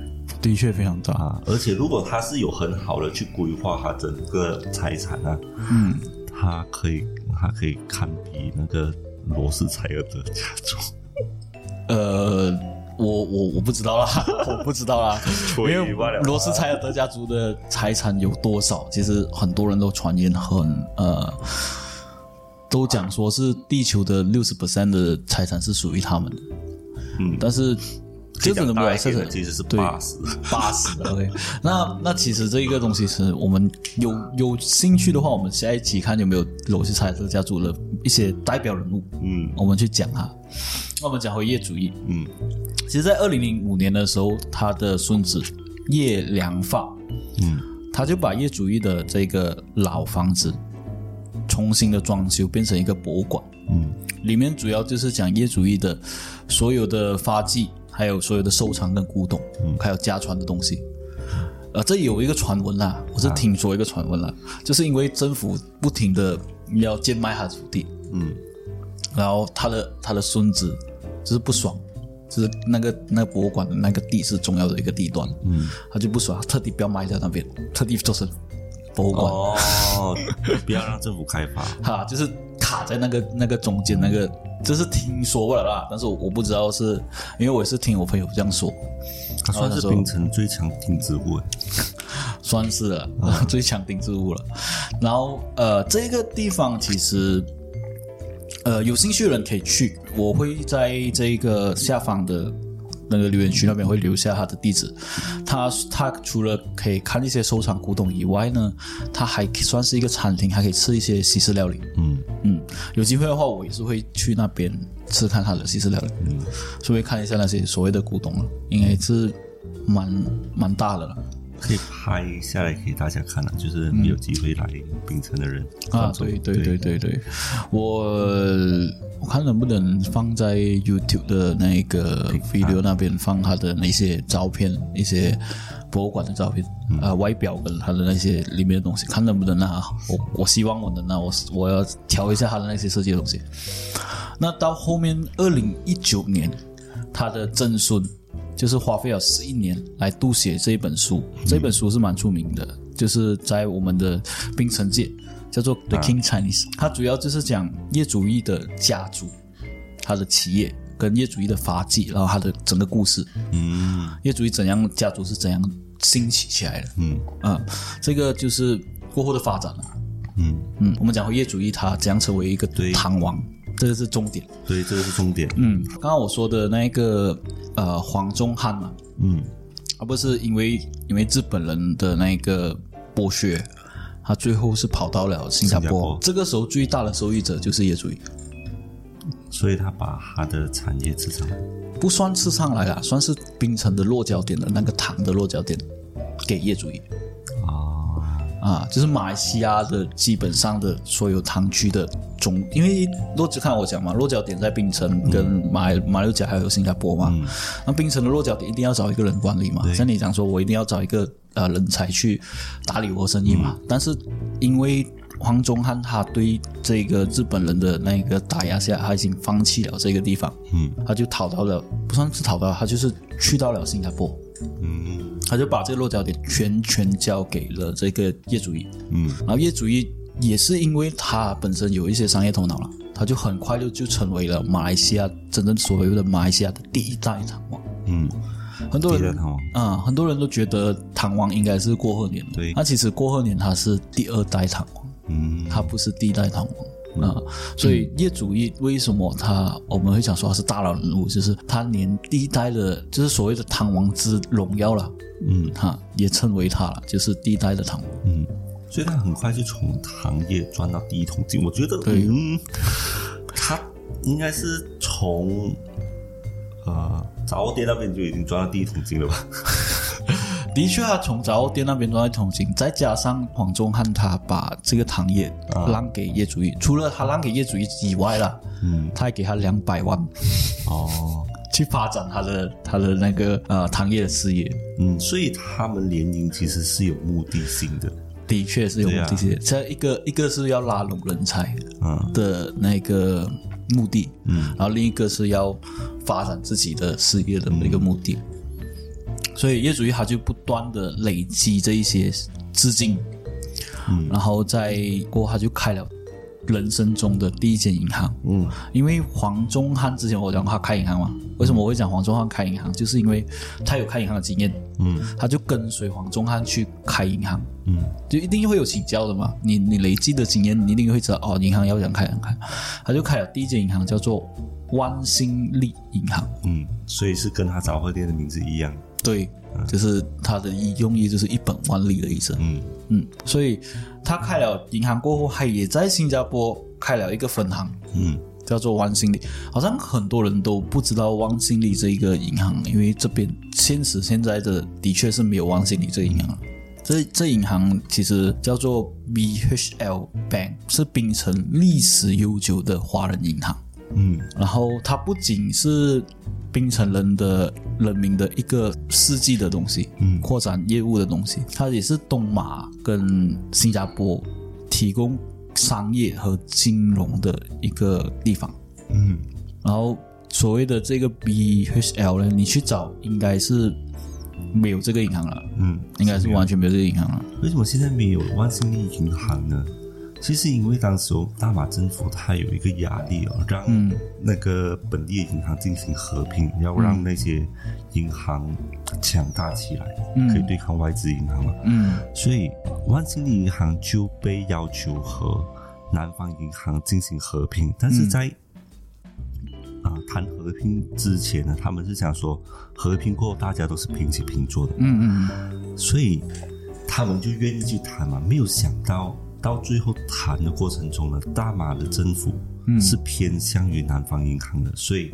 [SPEAKER 2] 的确非常大。
[SPEAKER 1] 啊，而且如果他是有很好的去规划他整个财产啊，
[SPEAKER 2] 嗯，
[SPEAKER 1] 他可以他可以堪比那个罗斯柴尔德家族。
[SPEAKER 2] 呃，我我我不知道啦，我不知 道啦，因
[SPEAKER 1] 所以
[SPEAKER 2] 为
[SPEAKER 1] 罢了
[SPEAKER 2] 罗斯柴尔德家族的财产有多少？其实很多人都传言很呃，都讲说是地球的六十 percent 的财产是属于他们的，
[SPEAKER 1] 嗯，
[SPEAKER 2] 但是这只能不
[SPEAKER 1] 大
[SPEAKER 2] 了，
[SPEAKER 1] 一
[SPEAKER 2] 这
[SPEAKER 1] 点的
[SPEAKER 2] 是
[SPEAKER 1] 其实是
[SPEAKER 2] 对
[SPEAKER 1] 八十，
[SPEAKER 2] 八十 OK，那那其实这个东西是我们有有兴趣的话，我们下一期看有没有罗斯柴尔德家族的一些代表人物，
[SPEAKER 1] 嗯
[SPEAKER 2] 我们去讲啊。那我们讲回业主义，
[SPEAKER 1] 嗯，
[SPEAKER 2] 其实，在二零零五年的时候，他的孙子叶良发，
[SPEAKER 1] 嗯，
[SPEAKER 2] 他就把业主义的这个老房子重新的装修，变成一个博物馆。
[SPEAKER 1] 嗯，
[SPEAKER 2] 里面主要就是讲业主义的所有的发迹，还有所有的收藏跟古董，还有家传的东西。呃，这有一个传闻啦，我是听说一个传闻啦，就是因为政府不停的要贱卖他的土地，
[SPEAKER 1] 嗯，
[SPEAKER 2] 然后他的他的孙子就是不爽，就是那个那个博物馆的那个地是重要的一个地段，嗯，他就不爽，他特地不要卖掉那边，特地做成博物馆，
[SPEAKER 1] 哦，不要让政府开发。
[SPEAKER 2] 哈，就是卡在那个那个中间那个，这是听说过了啦，但是我我不知道是因为我也是听我朋友这样说，
[SPEAKER 1] 他算
[SPEAKER 2] 哦
[SPEAKER 1] 是槟城最强钉子户，
[SPEAKER 2] 算是了、 最强顶之物了。然后呃，这个地方其实呃有兴趣的人可以去，我会在这个下方的。那个留言区那边会留下他的地址，他他除了可以看一些收藏古董以外呢，他还算是一个餐厅，还可以吃一些西式料理。
[SPEAKER 1] 嗯
[SPEAKER 2] 嗯，有机会的话，我也是会去那边吃看他的西式料理，嗯，顺便看一下那些所谓的古董了，应该是蛮蛮大的了。
[SPEAKER 1] 可以拍下来给大家看了、就是没有机会来槟城的人
[SPEAKER 2] 啊，对对对对对，我我看能不能放在 YouTube 的那个 video 那边放他的那些照片，一些博物馆的照片，啊、外表跟他的那些里面的东西，看能不能啊，我我希望我能啊，我我要调一下他的那些设计的东西。那到后面二零一九年，他的曾孙就是花费了十一年来读写这一本书，这本书是蛮出名的，就是在我们的槟城界叫做《The King Chinese》，它主要就是讲业主义的家族，他的企业跟业主义的发迹，然后他的整个故事，嗯，业主义怎样，家族是怎样兴起起来的，嗯啊，这个就是过后的发展了。嗯嗯，我们讲回业主义，它怎样成为一个唐王，这个是重点。
[SPEAKER 1] 所以这个是重点。
[SPEAKER 2] 嗯，刚刚我说的那个呃黄宗汉嘛，嗯，而不是因为因为日本人的那个剥削，他最后是跑到了新加坡。
[SPEAKER 1] 新加坡
[SPEAKER 2] 这个时候最大的受益者就是业主义，
[SPEAKER 1] 所以他把他的产业市场
[SPEAKER 2] 不算吃上来了，算是冰城的落脚点的那个糖的落脚点给业主义。啊，就是马来西亚的基本上的所有堂区的总，因为落脚看我讲嘛，落脚点在槟城跟马来、马六甲还有新加坡嘛，那槟城的落脚点一定要找一个人管理嘛，像你讲说，我一定要找一个呃人才去打理我生意嘛，但是因为。黄宗汉他对这个日本人的那个打压下，他已经放弃了这个地方，嗯，他就逃到了，不算是逃到，他就是去到了新加坡，
[SPEAKER 1] 嗯
[SPEAKER 2] 他就把这个落脚点全权交给了这个业主义，嗯，然后业主义也是因为他本身有一些商业头脑了，他就很快就就成为了马来西亚真正所谓的马来西亚的第一代唐王，
[SPEAKER 1] 嗯，
[SPEAKER 2] 很多
[SPEAKER 1] 第一
[SPEAKER 2] 人
[SPEAKER 1] 代唐王
[SPEAKER 2] 啊、很多人都觉得唐王应该是过后年，
[SPEAKER 1] 对
[SPEAKER 2] 那其实过后年他是第二代唐王，
[SPEAKER 1] 嗯，
[SPEAKER 2] 他不是第一代唐王。啊、所以业主义为什么他我们会想说他是大佬人物，就是他连第一代的，就是所谓的唐王之荣耀了，嗯，哈，也称为他了，就是第一代的唐王。
[SPEAKER 1] 所以他很快就从行业赚到第一桶金。我觉得，
[SPEAKER 2] 对
[SPEAKER 1] 嗯，他应该是从呃杂货店那边就已经赚到第一桶金了吧？
[SPEAKER 2] 的确啊，从杂货店那边赚到一桶金，再加上黄宗汉他把这个糖业让给业主义，除了他让给业主义以外啦，嗯，他还给他两百万
[SPEAKER 1] 哦，
[SPEAKER 2] 去发展他的他的那个呃糖业的事业，
[SPEAKER 1] 嗯，所以他们联营其实是有目的性的。
[SPEAKER 2] 的确是有目
[SPEAKER 1] 对啊
[SPEAKER 2] 的性。这、一个一个是要拉拢人才
[SPEAKER 1] 嗯
[SPEAKER 2] 的那个目的，嗯，然后另一个是要发展自己的事业的一个目的。所以业主一他就不断的累积这一些资金，嗯，然后再过后他就开了人生中的第一间银行，嗯，因为黄宗汉之前我讲过他开银行嘛，为什么我会讲黄宗汉开银行，就是因为他有开银行的经验，嗯，他就跟随黄宗汉去开银行，嗯，就一定会有请教的嘛，你你累积的经验，你一定会知道哦，银行要想开银行，他就开了第一间银行叫做湾兴利银行，
[SPEAKER 1] 嗯，所以是跟他杂货店的名字一样。
[SPEAKER 2] 对，就是它的意用意就是一本万利的意思。
[SPEAKER 1] 嗯
[SPEAKER 2] 嗯，所以他开了银行过后，还也在新加坡开了一个分行，
[SPEAKER 1] 嗯，
[SPEAKER 2] 叫做湾兴利。好像很多人都不知道湾兴利这一个银行，因为这边现实现在的的确是没有湾兴利这个银行了。这这银行其实叫做 BHL Bank，是槟城历史悠久的华人银行。然后它不仅是槟城人的人民的一个世纪的东西，嗯，扩展业务的东西，它也是东马跟新加坡提供商业和金融的一个地方，嗯，然后所谓的这个 BHL 呢，你去找应该是没有这个银行了，嗯，应该是完全没有这个银行了，
[SPEAKER 1] 为什么现在没有万兴利银行呢？其实因为当时候大马政府它有一个压力哦，让那个本地银行进行合并，要让那些银行强大起来，可以对抗外资银行嘛。
[SPEAKER 2] 嗯，
[SPEAKER 1] 所以万兴利银行就被要求和南方银行进行合并，但是在啊、谈合并之前呢，他们是想说合并过后大家都是平起平坐的，
[SPEAKER 2] 嗯嗯
[SPEAKER 1] 所以他们就愿意去谈嘛。没有想到到最后谈的过程中呢，大马的政府是偏向于南方银行的，所以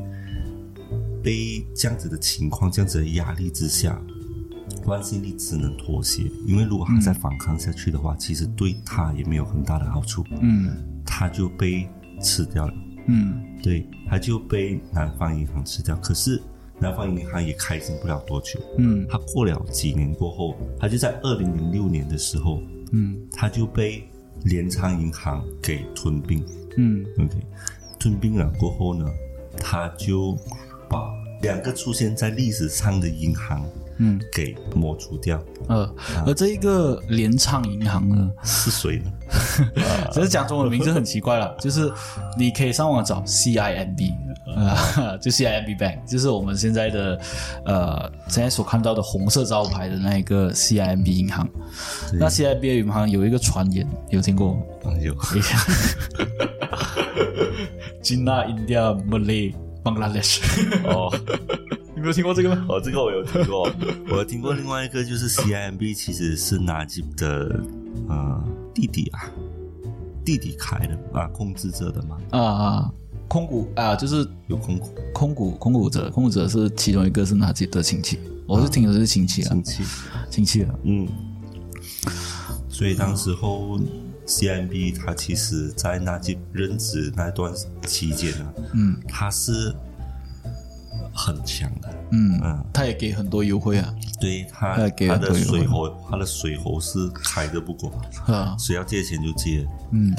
[SPEAKER 1] 被这样子的情况、这样子的压力之下，惯性力只能妥协，因为如果他再反抗下去的话，其实对他也没有很大的好处，
[SPEAKER 2] 嗯
[SPEAKER 1] 他就被吃掉了。
[SPEAKER 2] 嗯
[SPEAKER 1] 对，他就被南方银行吃掉。可是南方银行也开心不了多久，
[SPEAKER 2] 嗯
[SPEAKER 1] 他过了几年过后，他就在二零零六年的时候，
[SPEAKER 2] 嗯
[SPEAKER 1] 他就被联昌银行给吞并。
[SPEAKER 2] 嗯
[SPEAKER 1] OK，吞并了过后呢，他就把两个出现在历史上的银行，
[SPEAKER 2] 嗯，
[SPEAKER 1] 给抹除掉。
[SPEAKER 2] 呃，而这一个联唱银行呢，
[SPEAKER 1] 是谁呢？
[SPEAKER 2] 只是讲中文名字很奇怪了，就是你可以上网找 CIMB，呃，就 CIMB Bank，就是我们现在的呃现在所看到的红色招牌的那一个 CIMB 银行。那 CIMB 银行有一个传言，有听过吗？
[SPEAKER 1] 哎呦，
[SPEAKER 2] China India Malay Bangladesh，
[SPEAKER 1] 哦，
[SPEAKER 2] 你没有听过这个吗？
[SPEAKER 1] 哦，这个我有听过，我有听过另外一个就是 CIMB 其实是 Najib 的呃弟弟啊，弟弟开的啊，控制者的嘛，
[SPEAKER 2] 啊、空谷啊、就是
[SPEAKER 1] 有控股
[SPEAKER 2] 空谷空谷者，空谷者是其中一个是哪几的亲戚？我是听的是亲戚啊
[SPEAKER 1] 亲，戚，
[SPEAKER 2] 亲戚啊，
[SPEAKER 1] 嗯，所以当时候 CIMB 他其实在 Najib 任职那段期间呢、啊，
[SPEAKER 2] 嗯
[SPEAKER 1] 他是很强的，
[SPEAKER 2] 嗯
[SPEAKER 1] 嗯，
[SPEAKER 2] 他也给很多优惠啊，
[SPEAKER 1] 对他
[SPEAKER 2] 他给
[SPEAKER 1] 他
[SPEAKER 2] 很
[SPEAKER 1] 的
[SPEAKER 2] 多优惠
[SPEAKER 1] 水喉他的水喉是开的不过，
[SPEAKER 2] 啊，
[SPEAKER 1] 谁要借钱就借，
[SPEAKER 2] 嗯，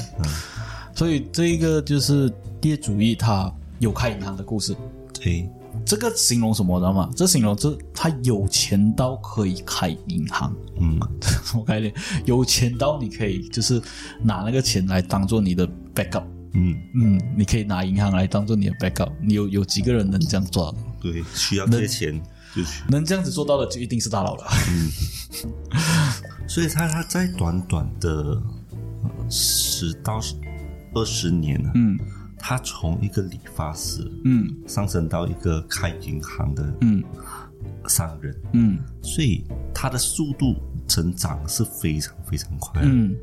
[SPEAKER 2] 所以这一个就是业主义，他有开银行的故事。
[SPEAKER 1] 对。
[SPEAKER 2] 这个形容什么知道吗？这形容这他有钱到可以开银行，
[SPEAKER 1] 嗯，
[SPEAKER 2] 什么概念？有钱到你可以就是拿那个钱来当做你的 backup，
[SPEAKER 1] 嗯，
[SPEAKER 2] 嗯，你可以拿银行来当做你的 backup。你有有几个人能这样做到的？
[SPEAKER 1] 对，需要借钱就去。
[SPEAKER 2] 能这样子做到的，就一定是大佬了。
[SPEAKER 1] 所以他他在短短的十到二十年呢、
[SPEAKER 2] 嗯
[SPEAKER 1] 他从一个理发师
[SPEAKER 2] 嗯
[SPEAKER 1] 上升到一个开银行的
[SPEAKER 2] 嗯
[SPEAKER 1] 商人，
[SPEAKER 2] 嗯
[SPEAKER 1] 所以他的速度成长是非常非常快的。
[SPEAKER 2] 嗯，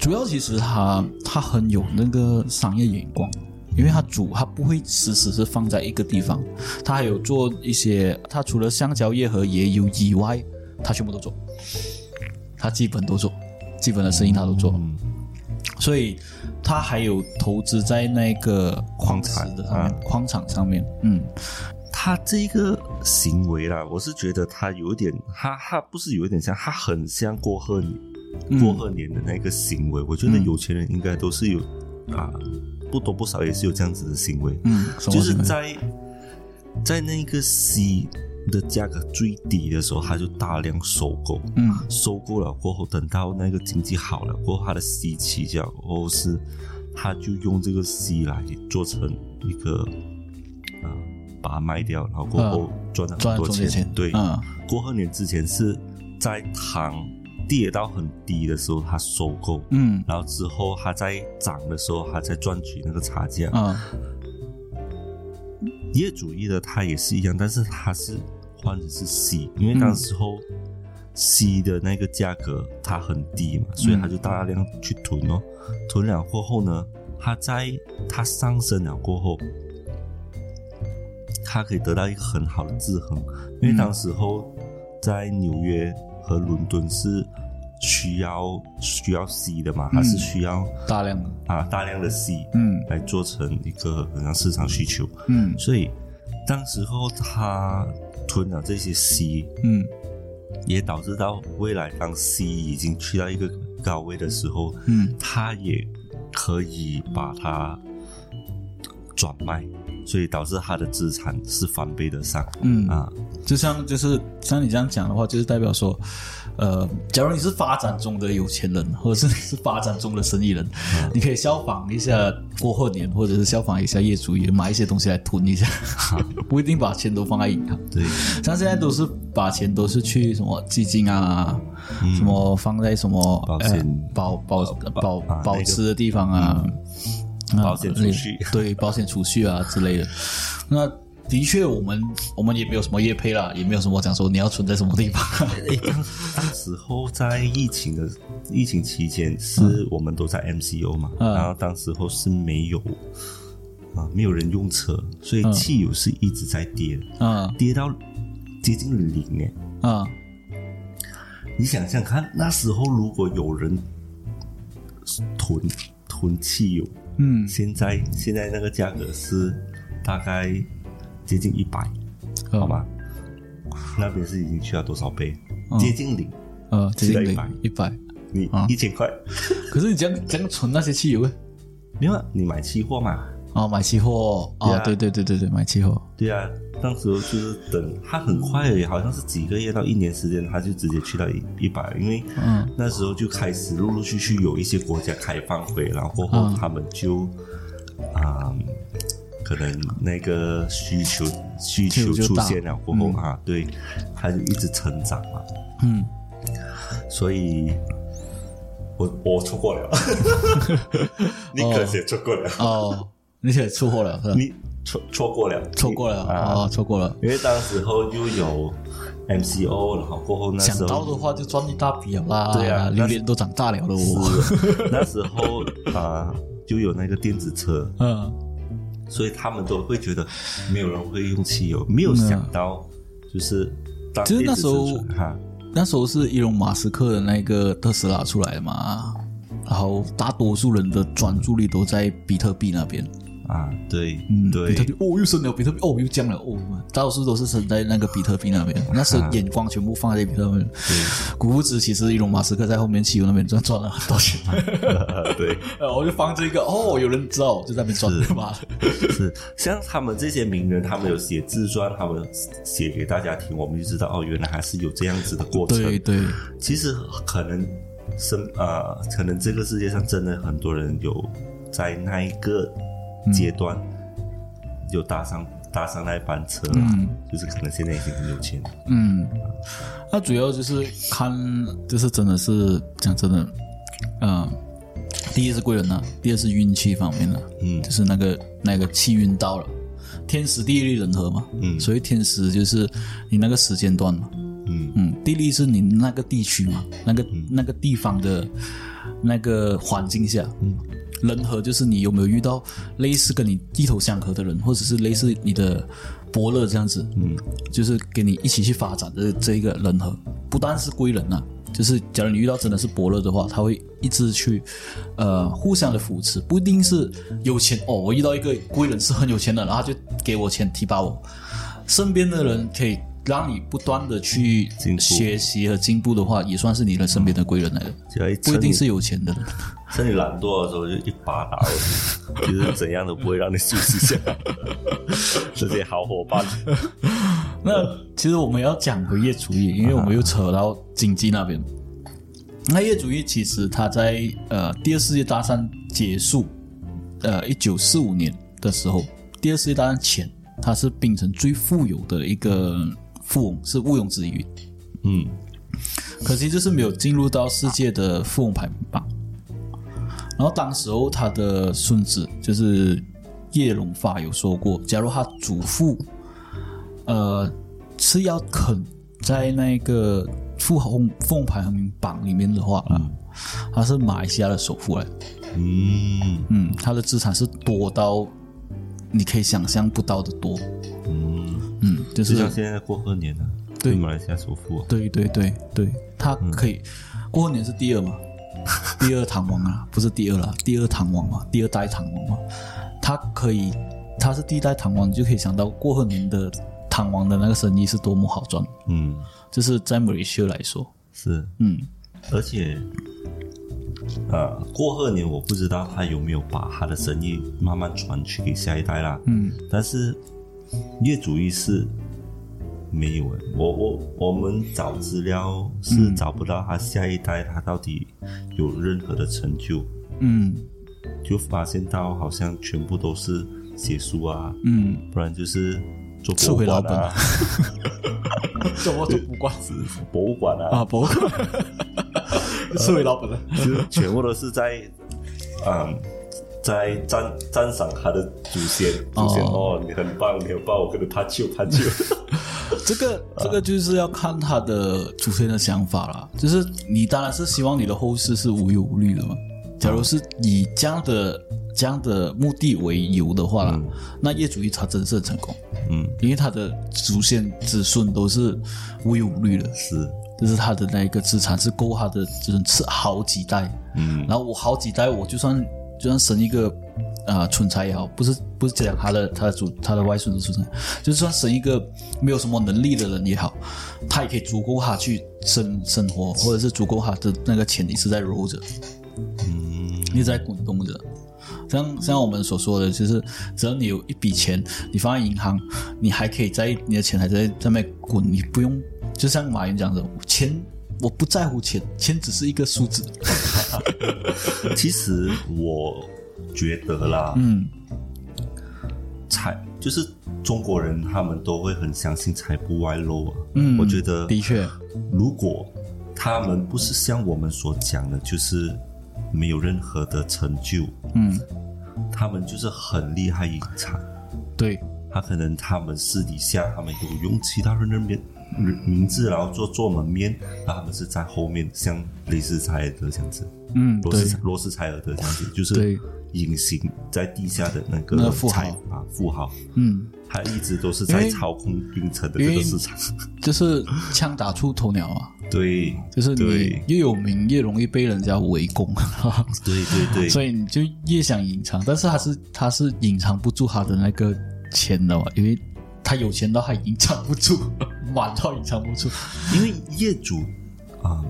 [SPEAKER 2] 主要其实他他很有那个商业眼光。因为他主他不会死死是放在一个地方，他还有做一些，他除了香蕉叶和椰油以外，他全部都做，他基本都做，基本的生意他都做，
[SPEAKER 1] 嗯
[SPEAKER 2] 所以他还有投资在那个矿石的上
[SPEAKER 1] 矿
[SPEAKER 2] 面，
[SPEAKER 1] 产
[SPEAKER 2] 矿场上面，嗯
[SPEAKER 1] 他这个行为啦，我是觉得他有一点，他他不是有一点像，他很像郭鹤年，
[SPEAKER 2] 嗯
[SPEAKER 1] 郭鹤年的那个行为。我觉得有钱人应该都是有、啊，不多不少也是有这样子的行为，
[SPEAKER 2] 嗯，
[SPEAKER 1] 就
[SPEAKER 2] 什
[SPEAKER 1] 是
[SPEAKER 2] 么
[SPEAKER 1] 在在那个 C 的价格最低的时候，他就大量收购，
[SPEAKER 2] 嗯
[SPEAKER 1] 收购了过后，等到那个经济好了过后，他的 C 起价，过后是他就用这个 C 来做成一个啊、呃把它卖掉，然后过后赚了很
[SPEAKER 2] 嗯赚
[SPEAKER 1] 多
[SPEAKER 2] 中间钱，
[SPEAKER 1] 对，
[SPEAKER 2] 嗯
[SPEAKER 1] 过后年之前是在糖跌到很低的时候，他收购。
[SPEAKER 2] 嗯
[SPEAKER 1] 然后之后，它在涨的时候，它在赚取那个差价。
[SPEAKER 2] 嗯
[SPEAKER 1] 业主义的他也是一样，但是他是换成是 C，因为当时候 C 的那个价格它很低嘛，所以他就大量去囤哦，囤了过后呢，它在它上升了过后，它可以得到一个很好的制衡，因为当时候在纽约和伦敦是需要需要 C 的嘛，它是需要
[SPEAKER 2] 大量的
[SPEAKER 1] 啊大量的 C，
[SPEAKER 2] 嗯
[SPEAKER 1] 来做成一个很像市场需求，
[SPEAKER 2] 嗯
[SPEAKER 1] 所以当时候他吞了这些 C，
[SPEAKER 2] 嗯
[SPEAKER 1] 也导致到未来当 C 已经去到一个高位的时候，
[SPEAKER 2] 嗯
[SPEAKER 1] 他也可以把它转卖，所以导致他的资产是翻倍的上。
[SPEAKER 2] 嗯
[SPEAKER 1] 啊，
[SPEAKER 2] 就像就是像你这样讲的话，就是代表说，呃，假如你是发展中的有钱人，或者是你是发展中的生意人，你可以效仿一下过后年，或者是效仿一下业主，也买一些东西来囤一下，不一定把钱都放在银行。
[SPEAKER 1] 对，
[SPEAKER 2] 像现在都是把钱都是去什么基金啊，什么放在什么
[SPEAKER 1] 嗯保
[SPEAKER 2] 呃
[SPEAKER 1] 险
[SPEAKER 2] 保保保
[SPEAKER 1] 啊那
[SPEAKER 2] 保
[SPEAKER 1] 个嗯
[SPEAKER 2] 值的地方啊，啊
[SPEAKER 1] 保险储蓄
[SPEAKER 2] 类对保险储蓄啊之类的。那的确，我们我们也没有什么业配啦，也没有什么讲说你要存在什 么地方。
[SPEAKER 1] 当时候在疫情的疫情期间，是我们都在 MCO 嘛，
[SPEAKER 2] 嗯
[SPEAKER 1] 然后当时候是没有啊，没有人用车，所以
[SPEAKER 2] 嗯
[SPEAKER 1] 汽油是一直在跌的。
[SPEAKER 2] 啊
[SPEAKER 1] 跌到接近零哎，
[SPEAKER 2] 啊
[SPEAKER 1] 你想想看，那时候如果有人囤囤汽油，嗯，现在现在那个价格是大概接近一百、
[SPEAKER 2] 嗯
[SPEAKER 1] 好吧？那边是已经去到多少倍？接近零，
[SPEAKER 2] 呃，接近
[SPEAKER 1] 一百
[SPEAKER 2] 零一百。
[SPEAKER 1] 你一千块，
[SPEAKER 2] 可是你这样这样存那些汽油诶？
[SPEAKER 1] 没有啊，你买期货嘛？
[SPEAKER 2] 哦，买期货哦，
[SPEAKER 1] Yeah
[SPEAKER 2] 对对对对对，买期货。
[SPEAKER 1] 对啊，当时候就是等他很快而已，好像是几个月到一年时间，他就直接去到一一百，因为
[SPEAKER 2] 嗯
[SPEAKER 1] 那时候就开始陆陆续续有一些国家开放回，然后过后他们就啊、可能那个需求需求
[SPEAKER 2] 就
[SPEAKER 1] 出
[SPEAKER 2] 大
[SPEAKER 1] 现了过后啊，对，他就一直成长嘛，
[SPEAKER 2] 嗯，
[SPEAKER 1] 所以我我错过 了，你可惜错过了，
[SPEAKER 2] 哦，而且出货了是吧？
[SPEAKER 1] 你错错过了，
[SPEAKER 2] 错过了
[SPEAKER 1] 啊
[SPEAKER 2] 哦，错过了。
[SPEAKER 1] 因为当时候又有 MCO，然后过后那
[SPEAKER 2] 想
[SPEAKER 1] 时
[SPEAKER 2] 到的
[SPEAKER 1] 候
[SPEAKER 2] 话就赚一大笔了啦。哎
[SPEAKER 1] 对啊
[SPEAKER 2] 榴莲都长大了的我。
[SPEAKER 1] 是 那时候啊、就有那个电子车，
[SPEAKER 2] 嗯，
[SPEAKER 1] 所以他们都会觉得没有人会用汽油，没有想到就是当
[SPEAKER 2] 其实那时候
[SPEAKER 1] 电子车出来哈，
[SPEAKER 2] 那时候是伊隆马斯克的那个特斯拉出来的嘛，然后大多数人的专注力都在比特币那边。
[SPEAKER 1] 啊，对、
[SPEAKER 2] 嗯，比
[SPEAKER 1] 对
[SPEAKER 2] 特币哦又升了，比特币哦又降了哦，大多数都是升在那个比特币那边，那时候眼光全部放在比特币。估值其实伊隆马斯克在后面汽油那边赚赚了很多钱，
[SPEAKER 1] 对。
[SPEAKER 2] 然后我就放这个哦，有人知道就在那边赚对吧？
[SPEAKER 1] 是像他们这些名人，他们有写自传，他们写给大家听，我们就知道哦，原来还是有这样子的过程。
[SPEAKER 2] 对对，
[SPEAKER 1] 其实可能生呃，可能这个世界上真的很多人有在那一个阶段有搭上搭上那一班车啦，就是可能现在已经很有钱了。
[SPEAKER 2] 嗯，那主要就是看，就是真的是讲真的，嗯、第一是贵人呐、第二是运气方面的、
[SPEAKER 1] 嗯
[SPEAKER 2] 就是那个那个气运到了，天时地利人和嘛，
[SPEAKER 1] 嗯
[SPEAKER 2] 所以天时就是你那个时间段嘛，
[SPEAKER 1] 嗯
[SPEAKER 2] 嗯，地利是你那个地区嘛，那个、那个地方的那个环境下，嗯，人和就是你有没有遇到类似跟你地头相合的人，或者是类似你的伯乐这样子，嗯，就是跟你一起去发展的这一个人和，不单是归人呐、啊就是假如你遇到真的是伯乐的话，他会一直去，呃，互相的扶持，不一定是有钱哦。我遇到一个贵人是很有钱的，然后他就给我钱提拔我，身边的人可以让你不断的去
[SPEAKER 1] 进步
[SPEAKER 2] 学习和进步的话，也算是你的身边的贵人来的，
[SPEAKER 1] 只要一趁
[SPEAKER 2] 不一定
[SPEAKER 1] 你
[SPEAKER 2] 是有钱的人。
[SPEAKER 1] 趁你懒惰的时候就一把打过去，就是怎样都不会让你休息下来，这些好伙伴。
[SPEAKER 2] 那其实我们要讲回业主义，因为我们又扯到经济那边。那业主义其实它在呃第二世界大战结束，呃一九四五年的时候，第二世界大战前，它是槟城最富有的一个富翁，是毋庸置疑。
[SPEAKER 1] 嗯，
[SPEAKER 2] 可惜就是没有进入到世界的富翁排名榜。然后当时候他的孙子就是叶龙发有说过，假如他祖父，呃，是要肯在那个富翁富翁排名榜里面的话啊，他是马来西亚的首富来，
[SPEAKER 1] 嗯
[SPEAKER 2] 嗯，他的资产是多到你可以想象不到的多，
[SPEAKER 1] 嗯，
[SPEAKER 2] 嗯，
[SPEAKER 1] 就
[SPEAKER 2] 就
[SPEAKER 1] 是像现在过二年了，啊
[SPEAKER 2] 对
[SPEAKER 1] 是马来西亚首富啊，
[SPEAKER 2] 对对对对，他可以、过年是第二嘛， 第二唐王啊，不是第二啦，第二唐王嘛，第二代唐王嘛，他可以，他是第一代唐王，你就可以想到过后年的唐王的那个生意是多么好赚，
[SPEAKER 1] 嗯，
[SPEAKER 2] 就是在马来西亚来说，
[SPEAKER 1] 是，
[SPEAKER 2] 嗯，
[SPEAKER 1] 而且，呃，过二年我不知道他有没有把他的生意慢慢传去给下一代啦。嗯，但是业主意识没有诶，欸我我我们找资料是
[SPEAKER 2] 嗯
[SPEAKER 1] 找不到他下一代他到底有任何的成就，
[SPEAKER 2] 嗯
[SPEAKER 1] 就发现到好像全部都是写书啊，
[SPEAKER 2] 嗯，
[SPEAKER 1] 不然就是做
[SPEAKER 2] 吃
[SPEAKER 1] 博
[SPEAKER 2] 回
[SPEAKER 1] 物
[SPEAKER 2] 老
[SPEAKER 1] 馆啊，
[SPEAKER 3] 怎么就不管？
[SPEAKER 1] 博物馆啊，
[SPEAKER 2] 啊， 不，
[SPEAKER 3] 社会老板的，
[SPEAKER 1] 就是全部都是在，嗯，在赞赞赏他的祖先，祖先哦你很棒，你很棒，我跟你拍球拍球。
[SPEAKER 2] 这个
[SPEAKER 3] 啊
[SPEAKER 2] 这个就是要看他的祖先的想法啦，就是你当然是希望你的后世是无忧无虑的嘛。假如是以这样的这样的目的为由的话啦，
[SPEAKER 3] 嗯
[SPEAKER 2] 那业主一他真是很成功，
[SPEAKER 1] 嗯，
[SPEAKER 2] 因为他的祖先子孙都是无忧无虑的，
[SPEAKER 1] 是，
[SPEAKER 2] 就是他的那一个资产是够他的，就是吃好几代。嗯，然后我好几代，我就算就算生一个啊、呃、蠢材也好，不是不是讲他的他的祖他的外孙子出生，就算生一个没有什么能力的人也好，他也可以足够他去生生活，或者是足够他的那个钱一直在 roll 着，嗯，一直在滚动着。像像我们所说的，就是只要你有一笔钱，你放在银行，你还可以在你的钱还在上面滚，你不用就像马云讲的，钱我不在乎钱，钱只是一个数字。
[SPEAKER 1] 其实我觉得啦，
[SPEAKER 2] 嗯，
[SPEAKER 1] 财就是中国人他们都会很相信财不外露啊。
[SPEAKER 2] 嗯
[SPEAKER 1] 我觉得
[SPEAKER 2] 的确，
[SPEAKER 1] 如果他们不是像我们所讲的，就是没有任何的成就，
[SPEAKER 2] 嗯，
[SPEAKER 1] 他们就是很厉害隐藏。
[SPEAKER 2] 对，
[SPEAKER 1] 他可能他们私底下他们有用其他人的名名字，然后做做门面，然后他们是在后面像类似柴尔德这样子，
[SPEAKER 2] 嗯，
[SPEAKER 1] 罗
[SPEAKER 2] 对
[SPEAKER 1] 斯，罗斯柴尔德这样子，就是
[SPEAKER 2] 对
[SPEAKER 1] 隐形在地下的那
[SPEAKER 2] 那个
[SPEAKER 1] 个
[SPEAKER 2] 富豪
[SPEAKER 1] 财啊富豪，
[SPEAKER 2] 嗯，
[SPEAKER 1] 他一直都是
[SPEAKER 2] 因
[SPEAKER 1] 在
[SPEAKER 2] 为
[SPEAKER 1] 操控运城的
[SPEAKER 2] 因
[SPEAKER 1] 这
[SPEAKER 2] 为
[SPEAKER 1] 个市场。
[SPEAKER 2] 就是枪打出头鸟啊，
[SPEAKER 1] 对，
[SPEAKER 2] 就是你
[SPEAKER 1] 对
[SPEAKER 2] 越有名越容易被人家围攻，
[SPEAKER 1] 对对对，
[SPEAKER 2] 所以你就越想隐藏，但是他是他是隐藏不住他的那个钱的嘛，因为他有钱到他隐藏不住， 满到隐藏不住。
[SPEAKER 1] 因为业主啊、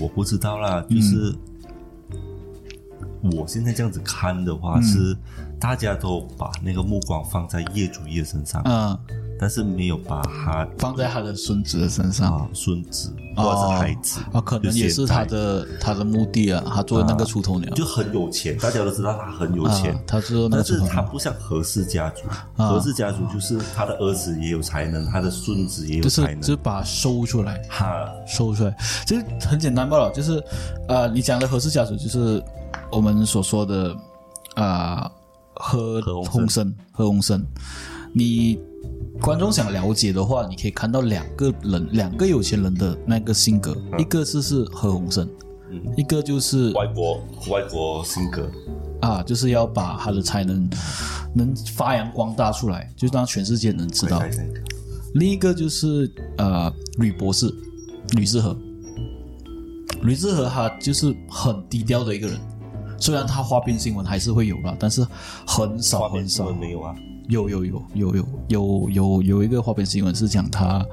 [SPEAKER 1] 我不知道啦，
[SPEAKER 2] 嗯
[SPEAKER 1] 就是、我现在这样子看的
[SPEAKER 2] 嗯
[SPEAKER 1] 话是，大家都把那个目光放在业主业身上，
[SPEAKER 2] 嗯，
[SPEAKER 1] 但是没有把他
[SPEAKER 2] 放在他的孙子的身上，
[SPEAKER 1] 啊孙子或者是孩子
[SPEAKER 2] 啊，可能也是他的他的目的啊，他做那个出头鸟，
[SPEAKER 1] 就很有钱，大家都知道他很有钱。
[SPEAKER 2] 啊，他做那个
[SPEAKER 1] 但
[SPEAKER 2] 出
[SPEAKER 1] 是
[SPEAKER 2] 头
[SPEAKER 1] 他
[SPEAKER 2] 鸟，
[SPEAKER 1] 不像何氏家族，
[SPEAKER 2] 啊
[SPEAKER 1] 何氏家族就是他的儿子也有才能，他的孙子也有
[SPEAKER 2] 就是
[SPEAKER 1] 才能，
[SPEAKER 2] 就是把它收出来，
[SPEAKER 1] 他
[SPEAKER 2] 收出来，就是很简单罢了，就是呃，你讲的何氏家族就是我们所说的啊、何
[SPEAKER 1] 何鸿燊
[SPEAKER 2] 鸿燊，何鸿燊，你。观众想了解的话，你可以看到两个人，两个有钱人的那个性格，
[SPEAKER 1] 嗯
[SPEAKER 2] 一个是是何鸿燊，一个就是
[SPEAKER 1] 外国外国性格，
[SPEAKER 2] 啊，就是要把他的才能能发扬光大出来，就让全世界能知道
[SPEAKER 1] 对。对对
[SPEAKER 2] 另一个就是呃，吕博士，吕志和，吕志和他就是很低调的一个人，虽然他花边新闻还是会有啦，但是很少
[SPEAKER 1] 画面
[SPEAKER 2] 很
[SPEAKER 1] 新
[SPEAKER 2] 少
[SPEAKER 1] 闻。没有啊？
[SPEAKER 2] 有有有有有有有有一个花边新闻是讲他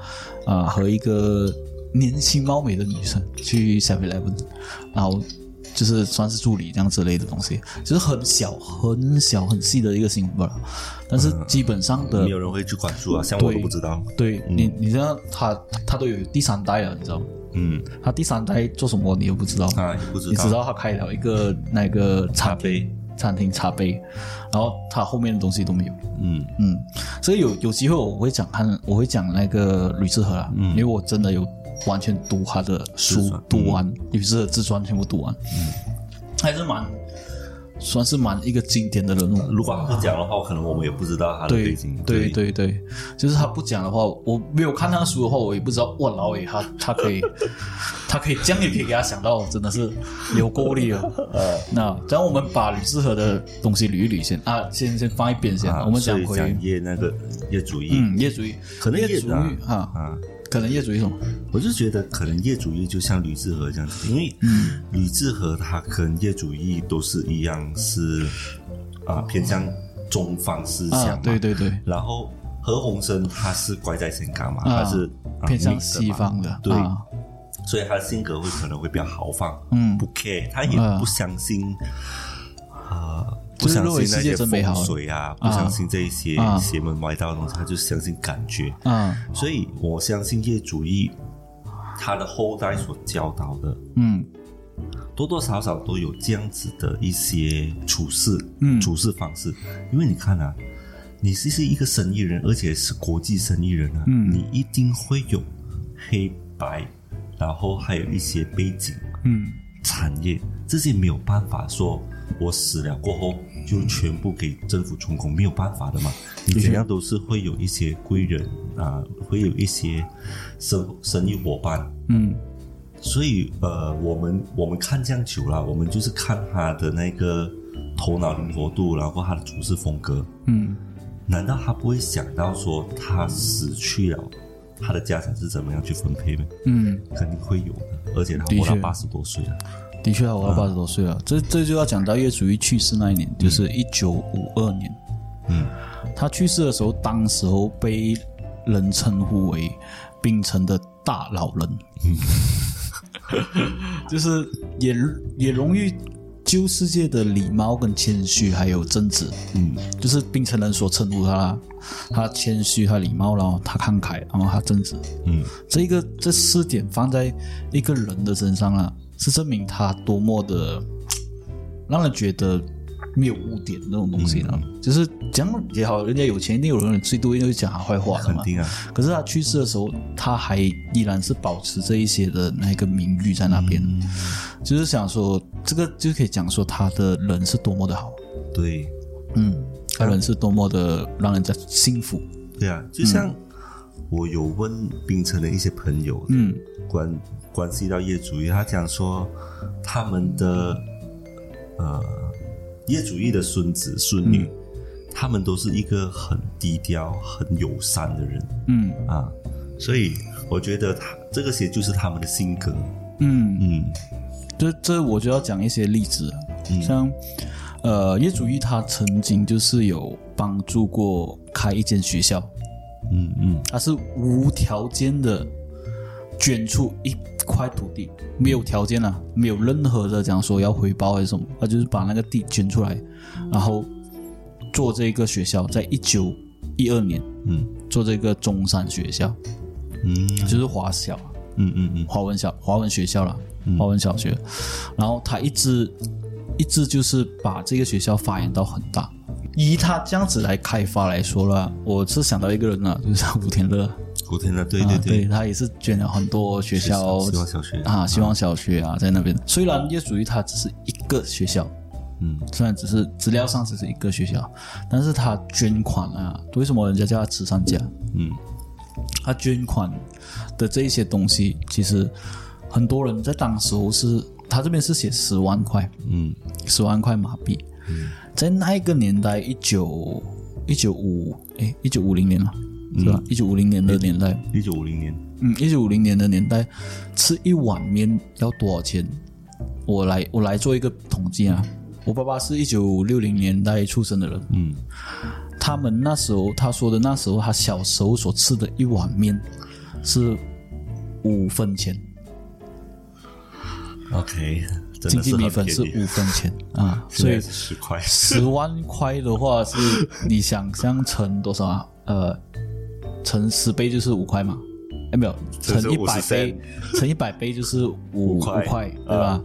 [SPEAKER 2] 啊、和一个年轻貌美的女生去 Seven Eleven，然后就是算是助理这样之类的东西，就是很小很小很细的一个新闻吧，但是基本上
[SPEAKER 1] 嗯
[SPEAKER 2] 的、
[SPEAKER 1] 没有人嗯会去关注啊，像我
[SPEAKER 2] 呃对
[SPEAKER 1] 都不知道。
[SPEAKER 2] 对你你知道他他都有第三代了，你知道吗？
[SPEAKER 1] 嗯
[SPEAKER 2] 他第三代做什么你又不知道
[SPEAKER 1] 啊，也不知
[SPEAKER 2] 你
[SPEAKER 1] 道。
[SPEAKER 2] 知道他开了一个那个茶
[SPEAKER 1] 杯
[SPEAKER 2] 杯餐厅茶杯，然后他后面的东西都没有。
[SPEAKER 1] 嗯
[SPEAKER 2] 嗯，所以有有机会我会讲看，我会讲那个吕志和啊，因为我真的有完全读他的
[SPEAKER 1] 自
[SPEAKER 2] 书
[SPEAKER 1] 传，
[SPEAKER 2] 读完吕志和自传全部读完，嗯还是蛮算是蛮一个经典的人物。
[SPEAKER 1] 如果他不讲的话，可能我们也不知道他的
[SPEAKER 2] 对
[SPEAKER 1] 背景。
[SPEAKER 2] 对对对，就是他不讲的话，我没有看他的书的话，我也不知道。哇，老爷他他可以， 他可以这样也可以给他想到，真的是有够力 了。那然后我们把吕志和的东西捋一捋先啊，先先放一边先，
[SPEAKER 1] 啊，
[SPEAKER 2] 我们
[SPEAKER 1] 所
[SPEAKER 2] 讲
[SPEAKER 1] 以
[SPEAKER 2] 回
[SPEAKER 1] 讲业那个业主义，
[SPEAKER 2] 嗯，业主义，
[SPEAKER 1] 可能
[SPEAKER 2] 业
[SPEAKER 1] 业
[SPEAKER 2] 主
[SPEAKER 1] 主
[SPEAKER 2] 义
[SPEAKER 1] 啊
[SPEAKER 2] 啊，
[SPEAKER 1] 啊，
[SPEAKER 2] 可能业主义什么？
[SPEAKER 1] 我就觉得可能业主义就像吕志和这样子，因为
[SPEAKER 2] 嗯
[SPEAKER 1] 吕志和他跟业主义都是一样是啊偏向中方思
[SPEAKER 2] 啊
[SPEAKER 1] 想，嘛，
[SPEAKER 2] 对对对，
[SPEAKER 1] 然后何鸿燊他是乖在香港嘛，
[SPEAKER 2] 啊
[SPEAKER 1] 他是啊
[SPEAKER 2] 偏向
[SPEAKER 1] mix 的
[SPEAKER 2] 西
[SPEAKER 1] 嘛
[SPEAKER 2] 方的，
[SPEAKER 1] 对
[SPEAKER 2] 啊
[SPEAKER 1] 所以他性格会可能会比较豪放，
[SPEAKER 2] 嗯
[SPEAKER 1] 不 care，他也
[SPEAKER 2] 啊
[SPEAKER 1] 不相信啊、
[SPEAKER 2] 就
[SPEAKER 1] 不
[SPEAKER 2] 是
[SPEAKER 1] 相
[SPEAKER 2] 认为
[SPEAKER 1] 信那
[SPEAKER 2] 世界
[SPEAKER 1] 些
[SPEAKER 2] 真美好
[SPEAKER 1] 风水啊，
[SPEAKER 2] 啊
[SPEAKER 1] 不相信这一些
[SPEAKER 2] 啊
[SPEAKER 1] 邪门歪道的东西，他就相信感觉。
[SPEAKER 2] 啊，
[SPEAKER 1] 所以我相信业主义，他的后代所教导的，
[SPEAKER 2] 嗯
[SPEAKER 1] 多多少少都有这样子的一些处事，
[SPEAKER 2] 嗯
[SPEAKER 1] 处事方式。因为你看啊，你是是一个生意人，而且是国际生意人啊，
[SPEAKER 2] 嗯
[SPEAKER 1] 你一定会有黑白，然后还有一些背景
[SPEAKER 2] 嗯，
[SPEAKER 1] 产业，这些没有办法说。我死了过后就全部给政府充公，没有办法的嘛。你怎样都是会有一些贵人啊，会有一些生生意伙伴，
[SPEAKER 2] 嗯
[SPEAKER 1] 所以呃，我们我们看酱球啦，我们就是看他的那个头脑灵活度，然后他的处事风格。嗯，难道他不会想到说他死去了，他的家产是怎么样去分配的，
[SPEAKER 2] 嗯，
[SPEAKER 1] 肯定会有的。而且他
[SPEAKER 2] 的
[SPEAKER 1] 活到
[SPEAKER 2] 确
[SPEAKER 1] 八十多岁了，
[SPEAKER 2] 的确啊，我到八十多岁了，这这就要讲到叶祖玉去世那一年，
[SPEAKER 1] 嗯
[SPEAKER 2] 就是一九五二年。嗯，他去世的时候，当时候被人称呼为槟城的大老人，
[SPEAKER 1] 嗯
[SPEAKER 2] 就是也也容易。旧世界的礼貌跟谦虚，还有正直，嗯，就是槟城人所称呼他啦，他谦虚，他礼貌，然后他慷慨，然后他正直，
[SPEAKER 1] 嗯
[SPEAKER 2] 这个这四点放在一个人的身上啊，是证明他多么的让人觉得没有污点那种东西呢、啊就是讲也好，人家有钱一定有人最多一定会讲他坏话的
[SPEAKER 1] 肯
[SPEAKER 2] 嘛。
[SPEAKER 1] 定啊。
[SPEAKER 2] 可是他去世的时候，他还依然是保持这一些的那个名誉在那边，就是想说这个就可以讲说他的人是多么的好，
[SPEAKER 1] 对，
[SPEAKER 2] 嗯，他人是多么的让人家幸福，
[SPEAKER 1] 对啊，就像我有问槟城的一些朋友，嗯，关关系到业主义，他讲说他们的呃业主义的孙子孙女，
[SPEAKER 2] 嗯
[SPEAKER 1] 他们都是一个很低调、很友善的人
[SPEAKER 2] 嗯
[SPEAKER 1] 啊，所以我觉得他这个些就是他们的性格，
[SPEAKER 2] 嗯。
[SPEAKER 1] 嗯
[SPEAKER 2] 这这我就要讲一些例子了，像呃叶祖义他曾经就是有帮助过开一间学校，
[SPEAKER 1] 嗯嗯，
[SPEAKER 2] 他是无条件的捐出一块土地，没有条件啊，没有任何的讲说要回报还是什么，他就是把那个地捐出来，然后做这个学校，在一九一二年，
[SPEAKER 1] 嗯，
[SPEAKER 2] 做这个中山学校，
[SPEAKER 1] 嗯
[SPEAKER 2] 就是华小啊，
[SPEAKER 1] 嗯嗯嗯，
[SPEAKER 2] 华文小华文学校啦，华文小学，然后他一直一直就是把这个学校发扬到很大。以他这样子来开发来说啦，我是想到一个人啊， 就是吴天乐，
[SPEAKER 1] 古天乐，对对
[SPEAKER 2] 啊
[SPEAKER 1] 对，
[SPEAKER 2] 他也是捐了很多学校，
[SPEAKER 1] 希望小学
[SPEAKER 2] 啊，希望小学啊，在那边。虽然业主于他只是一个学校，
[SPEAKER 1] 嗯，
[SPEAKER 2] 虽然只是资料上只是一个学校，但是他捐款啊，为什么人家叫他慈善家？
[SPEAKER 1] 嗯，
[SPEAKER 2] 他捐款的这一些东西，其实很多人在当时候是，他这边是写十万块，
[SPEAKER 1] 嗯
[SPEAKER 2] 十万块马币，在那一个年代，一九一九五哎一九五零年了，是
[SPEAKER 1] 嗯
[SPEAKER 2] 吧？一九五零年的年代，
[SPEAKER 1] 一九五零年，
[SPEAKER 2] 嗯，一九五零年的年代，吃一碗面要多少钱？我来，我来做一个统计啊。我爸爸是一九六零年代出生的人，
[SPEAKER 1] 嗯，
[SPEAKER 2] 他们那时候他说的那时候他小时候所吃的一碗面是五分钱，
[SPEAKER 1] OK，真
[SPEAKER 2] 经
[SPEAKER 1] 的
[SPEAKER 2] 济
[SPEAKER 1] 是
[SPEAKER 2] 米
[SPEAKER 1] 很
[SPEAKER 2] 粉
[SPEAKER 1] 便
[SPEAKER 2] 是五
[SPEAKER 1] 宜，
[SPEAKER 2] 分钱啊，所以
[SPEAKER 1] 十块，
[SPEAKER 2] 十万块的话是你想象乘多少 啊？呃，乘十倍就是五块嘛？哎，没有，乘
[SPEAKER 1] 是
[SPEAKER 2] 一
[SPEAKER 1] 50
[SPEAKER 2] 百
[SPEAKER 1] cent
[SPEAKER 2] 倍，乘一百倍就是五
[SPEAKER 1] 五
[SPEAKER 2] 五
[SPEAKER 1] 块
[SPEAKER 2] 块，对吧？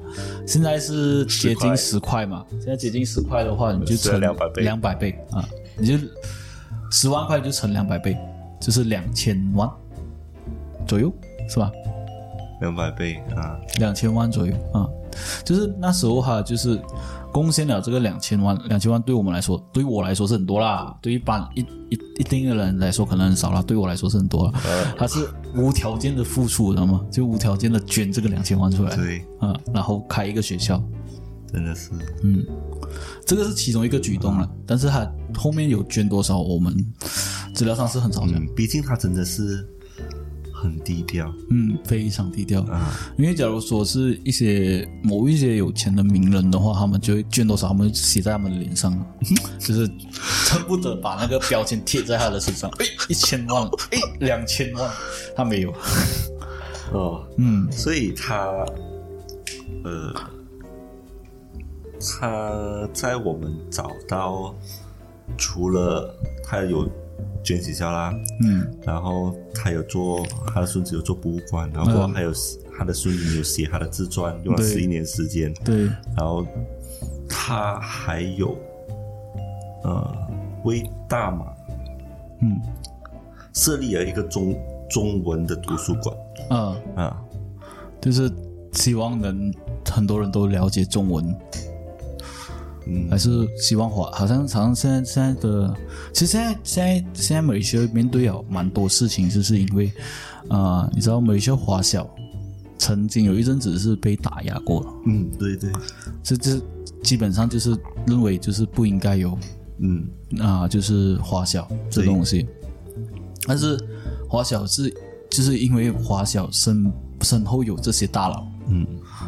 [SPEAKER 2] 现在是接
[SPEAKER 1] 10块
[SPEAKER 2] 近十块嘛？现在接近十块的话，你就是乘
[SPEAKER 1] 200倍
[SPEAKER 2] 两百倍啊，你就十万块就乘两百倍，就是两千万左右，是吧？
[SPEAKER 1] 两百倍啊，
[SPEAKER 2] 两千万左右啊、就是那时候哈，就是贡献了这个两千万，两千万对我们来说，对于我来说是很多啦，对于一般一一一定的人来说可能很少啦，对我来说是很多啦。他是无条件的付出，知道吗？就无条件的捐这个两千万出来，
[SPEAKER 1] 对，
[SPEAKER 2] 啊、然后开一个学校，
[SPEAKER 1] 真的是
[SPEAKER 2] 嗯这个是其中一个举动了，但是他后面有捐多少，我们资料上是很少讲。
[SPEAKER 1] 嗯，毕竟他真的是很低调，
[SPEAKER 2] 嗯，非常低调。
[SPEAKER 1] 啊
[SPEAKER 2] 因为假如说是一些某一些有钱的名人的话，他们就会捐多少，他们就写在他们的脸上， 就是恨不得把那个标签贴在他的身 上。哎，一千万，哎，两千万，他没有。
[SPEAKER 1] 哦，
[SPEAKER 2] 嗯
[SPEAKER 1] 所以他，呃，他在我们找到除了他有捐学校啦，
[SPEAKER 2] 嗯，
[SPEAKER 1] 然后他有做他的孙子有做博物馆，然后
[SPEAKER 2] 嗯
[SPEAKER 1] 还有他的孙女有写他的自传，用了
[SPEAKER 2] 对
[SPEAKER 1] 十一年时间，
[SPEAKER 2] 对，
[SPEAKER 1] 然后他还有呃为大马
[SPEAKER 2] 嗯
[SPEAKER 1] 设立了一个中中文的图书馆
[SPEAKER 2] 啊，
[SPEAKER 1] 啊，
[SPEAKER 2] 就是希望能很多人都了解中文。
[SPEAKER 1] 嗯
[SPEAKER 2] 还是希望华，好像好像现在现在的，其实现在现在现在马来西亚面对有蛮多事情，就是因为，啊、你知道马来西亚华小曾经有一阵子是被打压过了，
[SPEAKER 1] 嗯，对对，
[SPEAKER 2] 这这基本上就是认为就是不应该有
[SPEAKER 1] 嗯
[SPEAKER 2] 啊、就是华小这
[SPEAKER 1] 对
[SPEAKER 2] 东西，但是华小是就是因为华小身身后有这些大佬，嗯，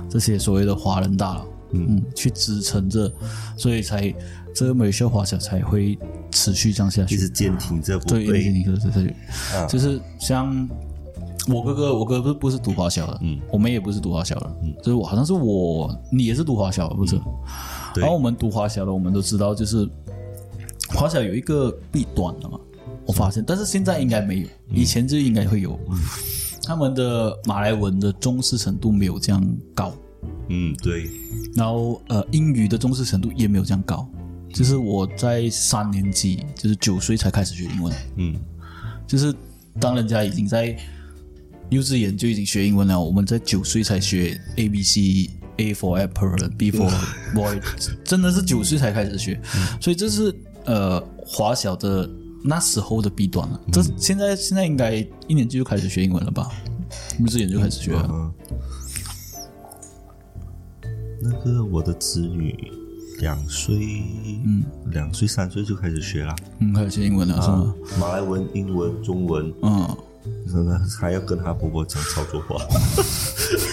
[SPEAKER 2] 这些所谓的华人大佬，嗯去支撑着，所以才这个美秀华小才会持续这样下去
[SPEAKER 1] 一，直坚挺这不
[SPEAKER 2] 对，一直
[SPEAKER 1] 对，啊
[SPEAKER 2] 一个对，就是像我哥哥，我哥不不是读华小的，嗯，我们也不是读华小的，嗯，就是我好像是我，你也是读华小的不是？
[SPEAKER 1] 嗯对
[SPEAKER 2] 然后我们读华小的，我们都知道，就是华小有一个弊端的嘛，我发现，但是现在应该没有，
[SPEAKER 1] 嗯
[SPEAKER 2] 以前就应该会有，他们的马来文的重视程度没有这样高，
[SPEAKER 1] 嗯，对，
[SPEAKER 2] 然后呃，英语的重视程度也没有这样高。就是我在三年级，就是九岁才开始学英文，
[SPEAKER 1] 嗯，
[SPEAKER 2] 就是当人家已经在幼稚园就已经学英文了，我们在九岁才学 A B C。A for apple, B for boy，真的是九岁才开始学，
[SPEAKER 1] 嗯
[SPEAKER 2] 所以这是呃华小的那时候的弊端了。
[SPEAKER 1] 嗯
[SPEAKER 2] 这现在现在应该一年级就开始学英文了吧？幼稚园就开始学了。
[SPEAKER 1] 嗯，那个我的子女两岁，嗯，两岁三岁就开始学了，
[SPEAKER 2] 嗯，开始学英文了是吗？
[SPEAKER 1] 马来文、英文、中文，
[SPEAKER 2] 嗯，
[SPEAKER 1] 真的还要跟他婆婆讲潮州话，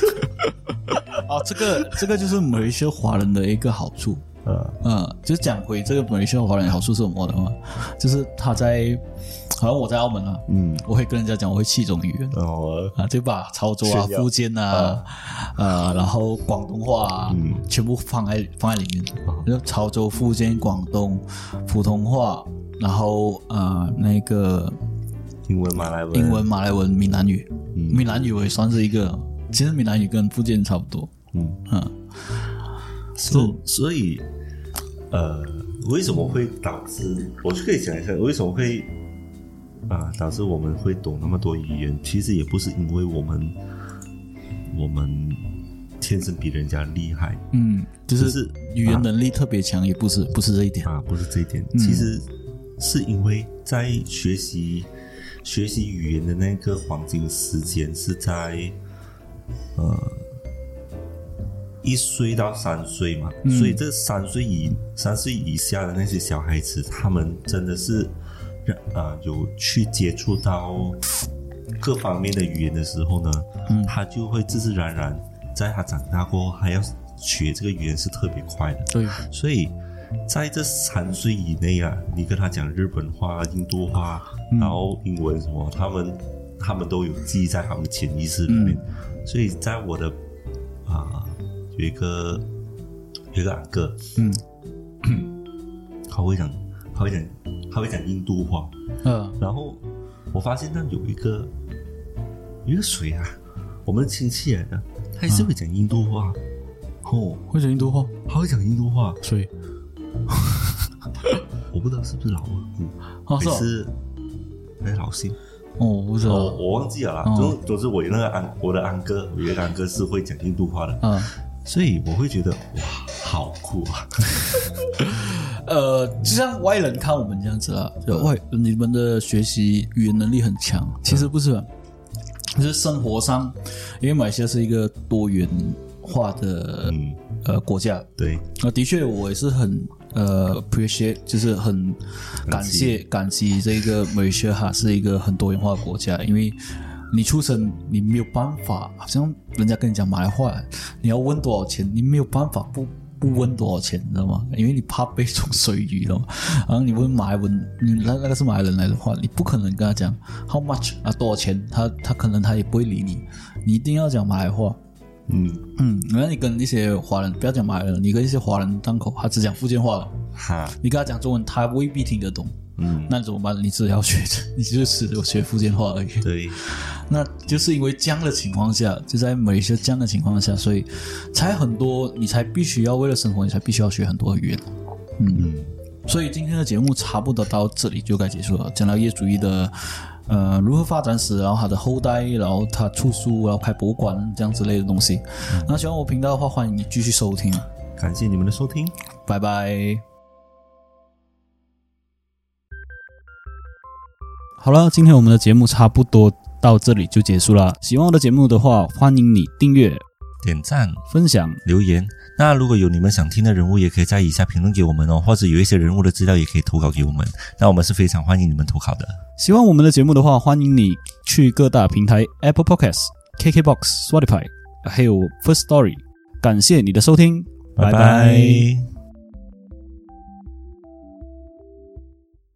[SPEAKER 2] 哦，这个这个就是某一些华人的一个好处，
[SPEAKER 1] 呃，
[SPEAKER 2] 嗯，就是讲回这个马来西亚华人的好处是什么的话，就是他在，好像我在澳门啊，嗯，我会跟人家讲我会七种语言
[SPEAKER 1] 然后
[SPEAKER 2] 啊，对吧？潮州啊
[SPEAKER 1] 嗯炫、耀
[SPEAKER 2] 福建啊，呃，然后广东话啊，全部放在放在里面，就是潮州、福建、广东、普通话，然后呃那个
[SPEAKER 1] 英文、马来文、
[SPEAKER 2] 英文、马来文、闽南语，闽南语我也算是一个，其实闽南语跟福建差不多，
[SPEAKER 1] 嗯
[SPEAKER 2] 嗯。
[SPEAKER 1] 所所以，呃，为什么会导致？我就可以讲一下为什么会啊、导致我们会懂那么多语言。其实也不是因为我们我们天生比人家厉害
[SPEAKER 2] 嗯，就是
[SPEAKER 1] 就是
[SPEAKER 2] 语言能力特别强，也不是不是这一点。
[SPEAKER 1] 啊，不是这一点。其实是因为在学习学习语言的那个黄金时间是在呃一岁到三岁嘛，所以这三岁以三岁以下的那些小孩子，他们真的是让啊、有去接触到各方面的语言的时候呢，他就会自自然然在他长大过后还要学这个语言是特别快的。
[SPEAKER 2] 对，
[SPEAKER 1] 所以在这三岁以内啊，你跟他讲日本话、印度话，然后英文什么，他们他们都有记忆在他们潜意识里面。所以在我的啊、有一个有一个阿哥，
[SPEAKER 2] 嗯，
[SPEAKER 1] 他会讲他会讲他会讲印度话，
[SPEAKER 2] 呃，
[SPEAKER 1] 然后我发现那有一个有一个谁啊，我们亲戚来的，他也是会讲印度话，哦，
[SPEAKER 2] 会讲印度话，
[SPEAKER 1] 他会讲印度话，
[SPEAKER 2] 所以
[SPEAKER 1] 我不知道是不是老二姑。
[SPEAKER 2] 啊
[SPEAKER 1] 还
[SPEAKER 2] 是吧
[SPEAKER 1] 是还是哎老辛，
[SPEAKER 2] 哦，我不知道，
[SPEAKER 1] 我我忘记了啦。
[SPEAKER 2] 嗯
[SPEAKER 1] 总、总之，我有那个安我的安哥，我有一个安哥是会讲印度话的，
[SPEAKER 2] 嗯，
[SPEAKER 1] 所以我会觉得哇，好酷啊！
[SPEAKER 2] 呃，就像外人看我们这样子啦，就外你们的学习语言能力很强，嗯其实不是吧，就是生活上，因为马来西亚是一个多元化的、
[SPEAKER 1] 嗯，
[SPEAKER 2] 呃国家，
[SPEAKER 1] 对，
[SPEAKER 2] 啊，的确，我也是很呃 appreciate，就是很感谢感激这个 Malaysia 哈是一个很多元化的国家，因为你出生你没有办法，好像人家跟你讲马来话，你要问多少钱，你没有办法不。不问多少钱，你知道吗？因为你怕被种水鱼，知道吗？然后你问马来文，你那那个是马来人来的话，你不可能跟他讲 how much 啊多少钱，他他可能他也不会理你，你一定要讲马来话。
[SPEAKER 1] 嗯，
[SPEAKER 2] 嗯，然后你跟一些华人，不要讲马来人，你跟一些华人当口，他只讲福建话了，
[SPEAKER 1] 哈，
[SPEAKER 2] 你跟他讲中文，他未必听得懂。
[SPEAKER 1] 嗯，
[SPEAKER 2] 那怎么办？你只要学， 你就只有学福建话而已。
[SPEAKER 1] 对，
[SPEAKER 2] 那就是因为这样的情况下，就在某一些这样的情况下，所以才很多，你才必须要为了生活，你才必须要学很多的语言。
[SPEAKER 1] 嗯，
[SPEAKER 2] 所以今天的节目差不多到这里就该结束了，讲到业主义的。呃，如何发展史，然后它的后代，然后它出书，然后开博物馆这样之类的东西。那喜欢我频道的话，欢迎你继续收听，
[SPEAKER 1] 感谢你们的收听。
[SPEAKER 2] 拜拜。
[SPEAKER 4] 好了，今天我们的节目差不多到这里就结束了。喜欢我的节目的话，欢迎你订阅、
[SPEAKER 1] 点赞、
[SPEAKER 2] 分享。
[SPEAKER 1] 留言。那如果有你们想听的人物，也可以在以下评论给我们哦，或者有一些人物的资料也可以投稿给我们。那我们是非常欢迎你们投稿的。
[SPEAKER 2] 喜欢我们的节目的话，欢迎你去各大平台 Apple Podcasts、KKBox、Spotify，还有 First Story。感谢你的收听，
[SPEAKER 1] 拜
[SPEAKER 2] 拜
[SPEAKER 1] 拜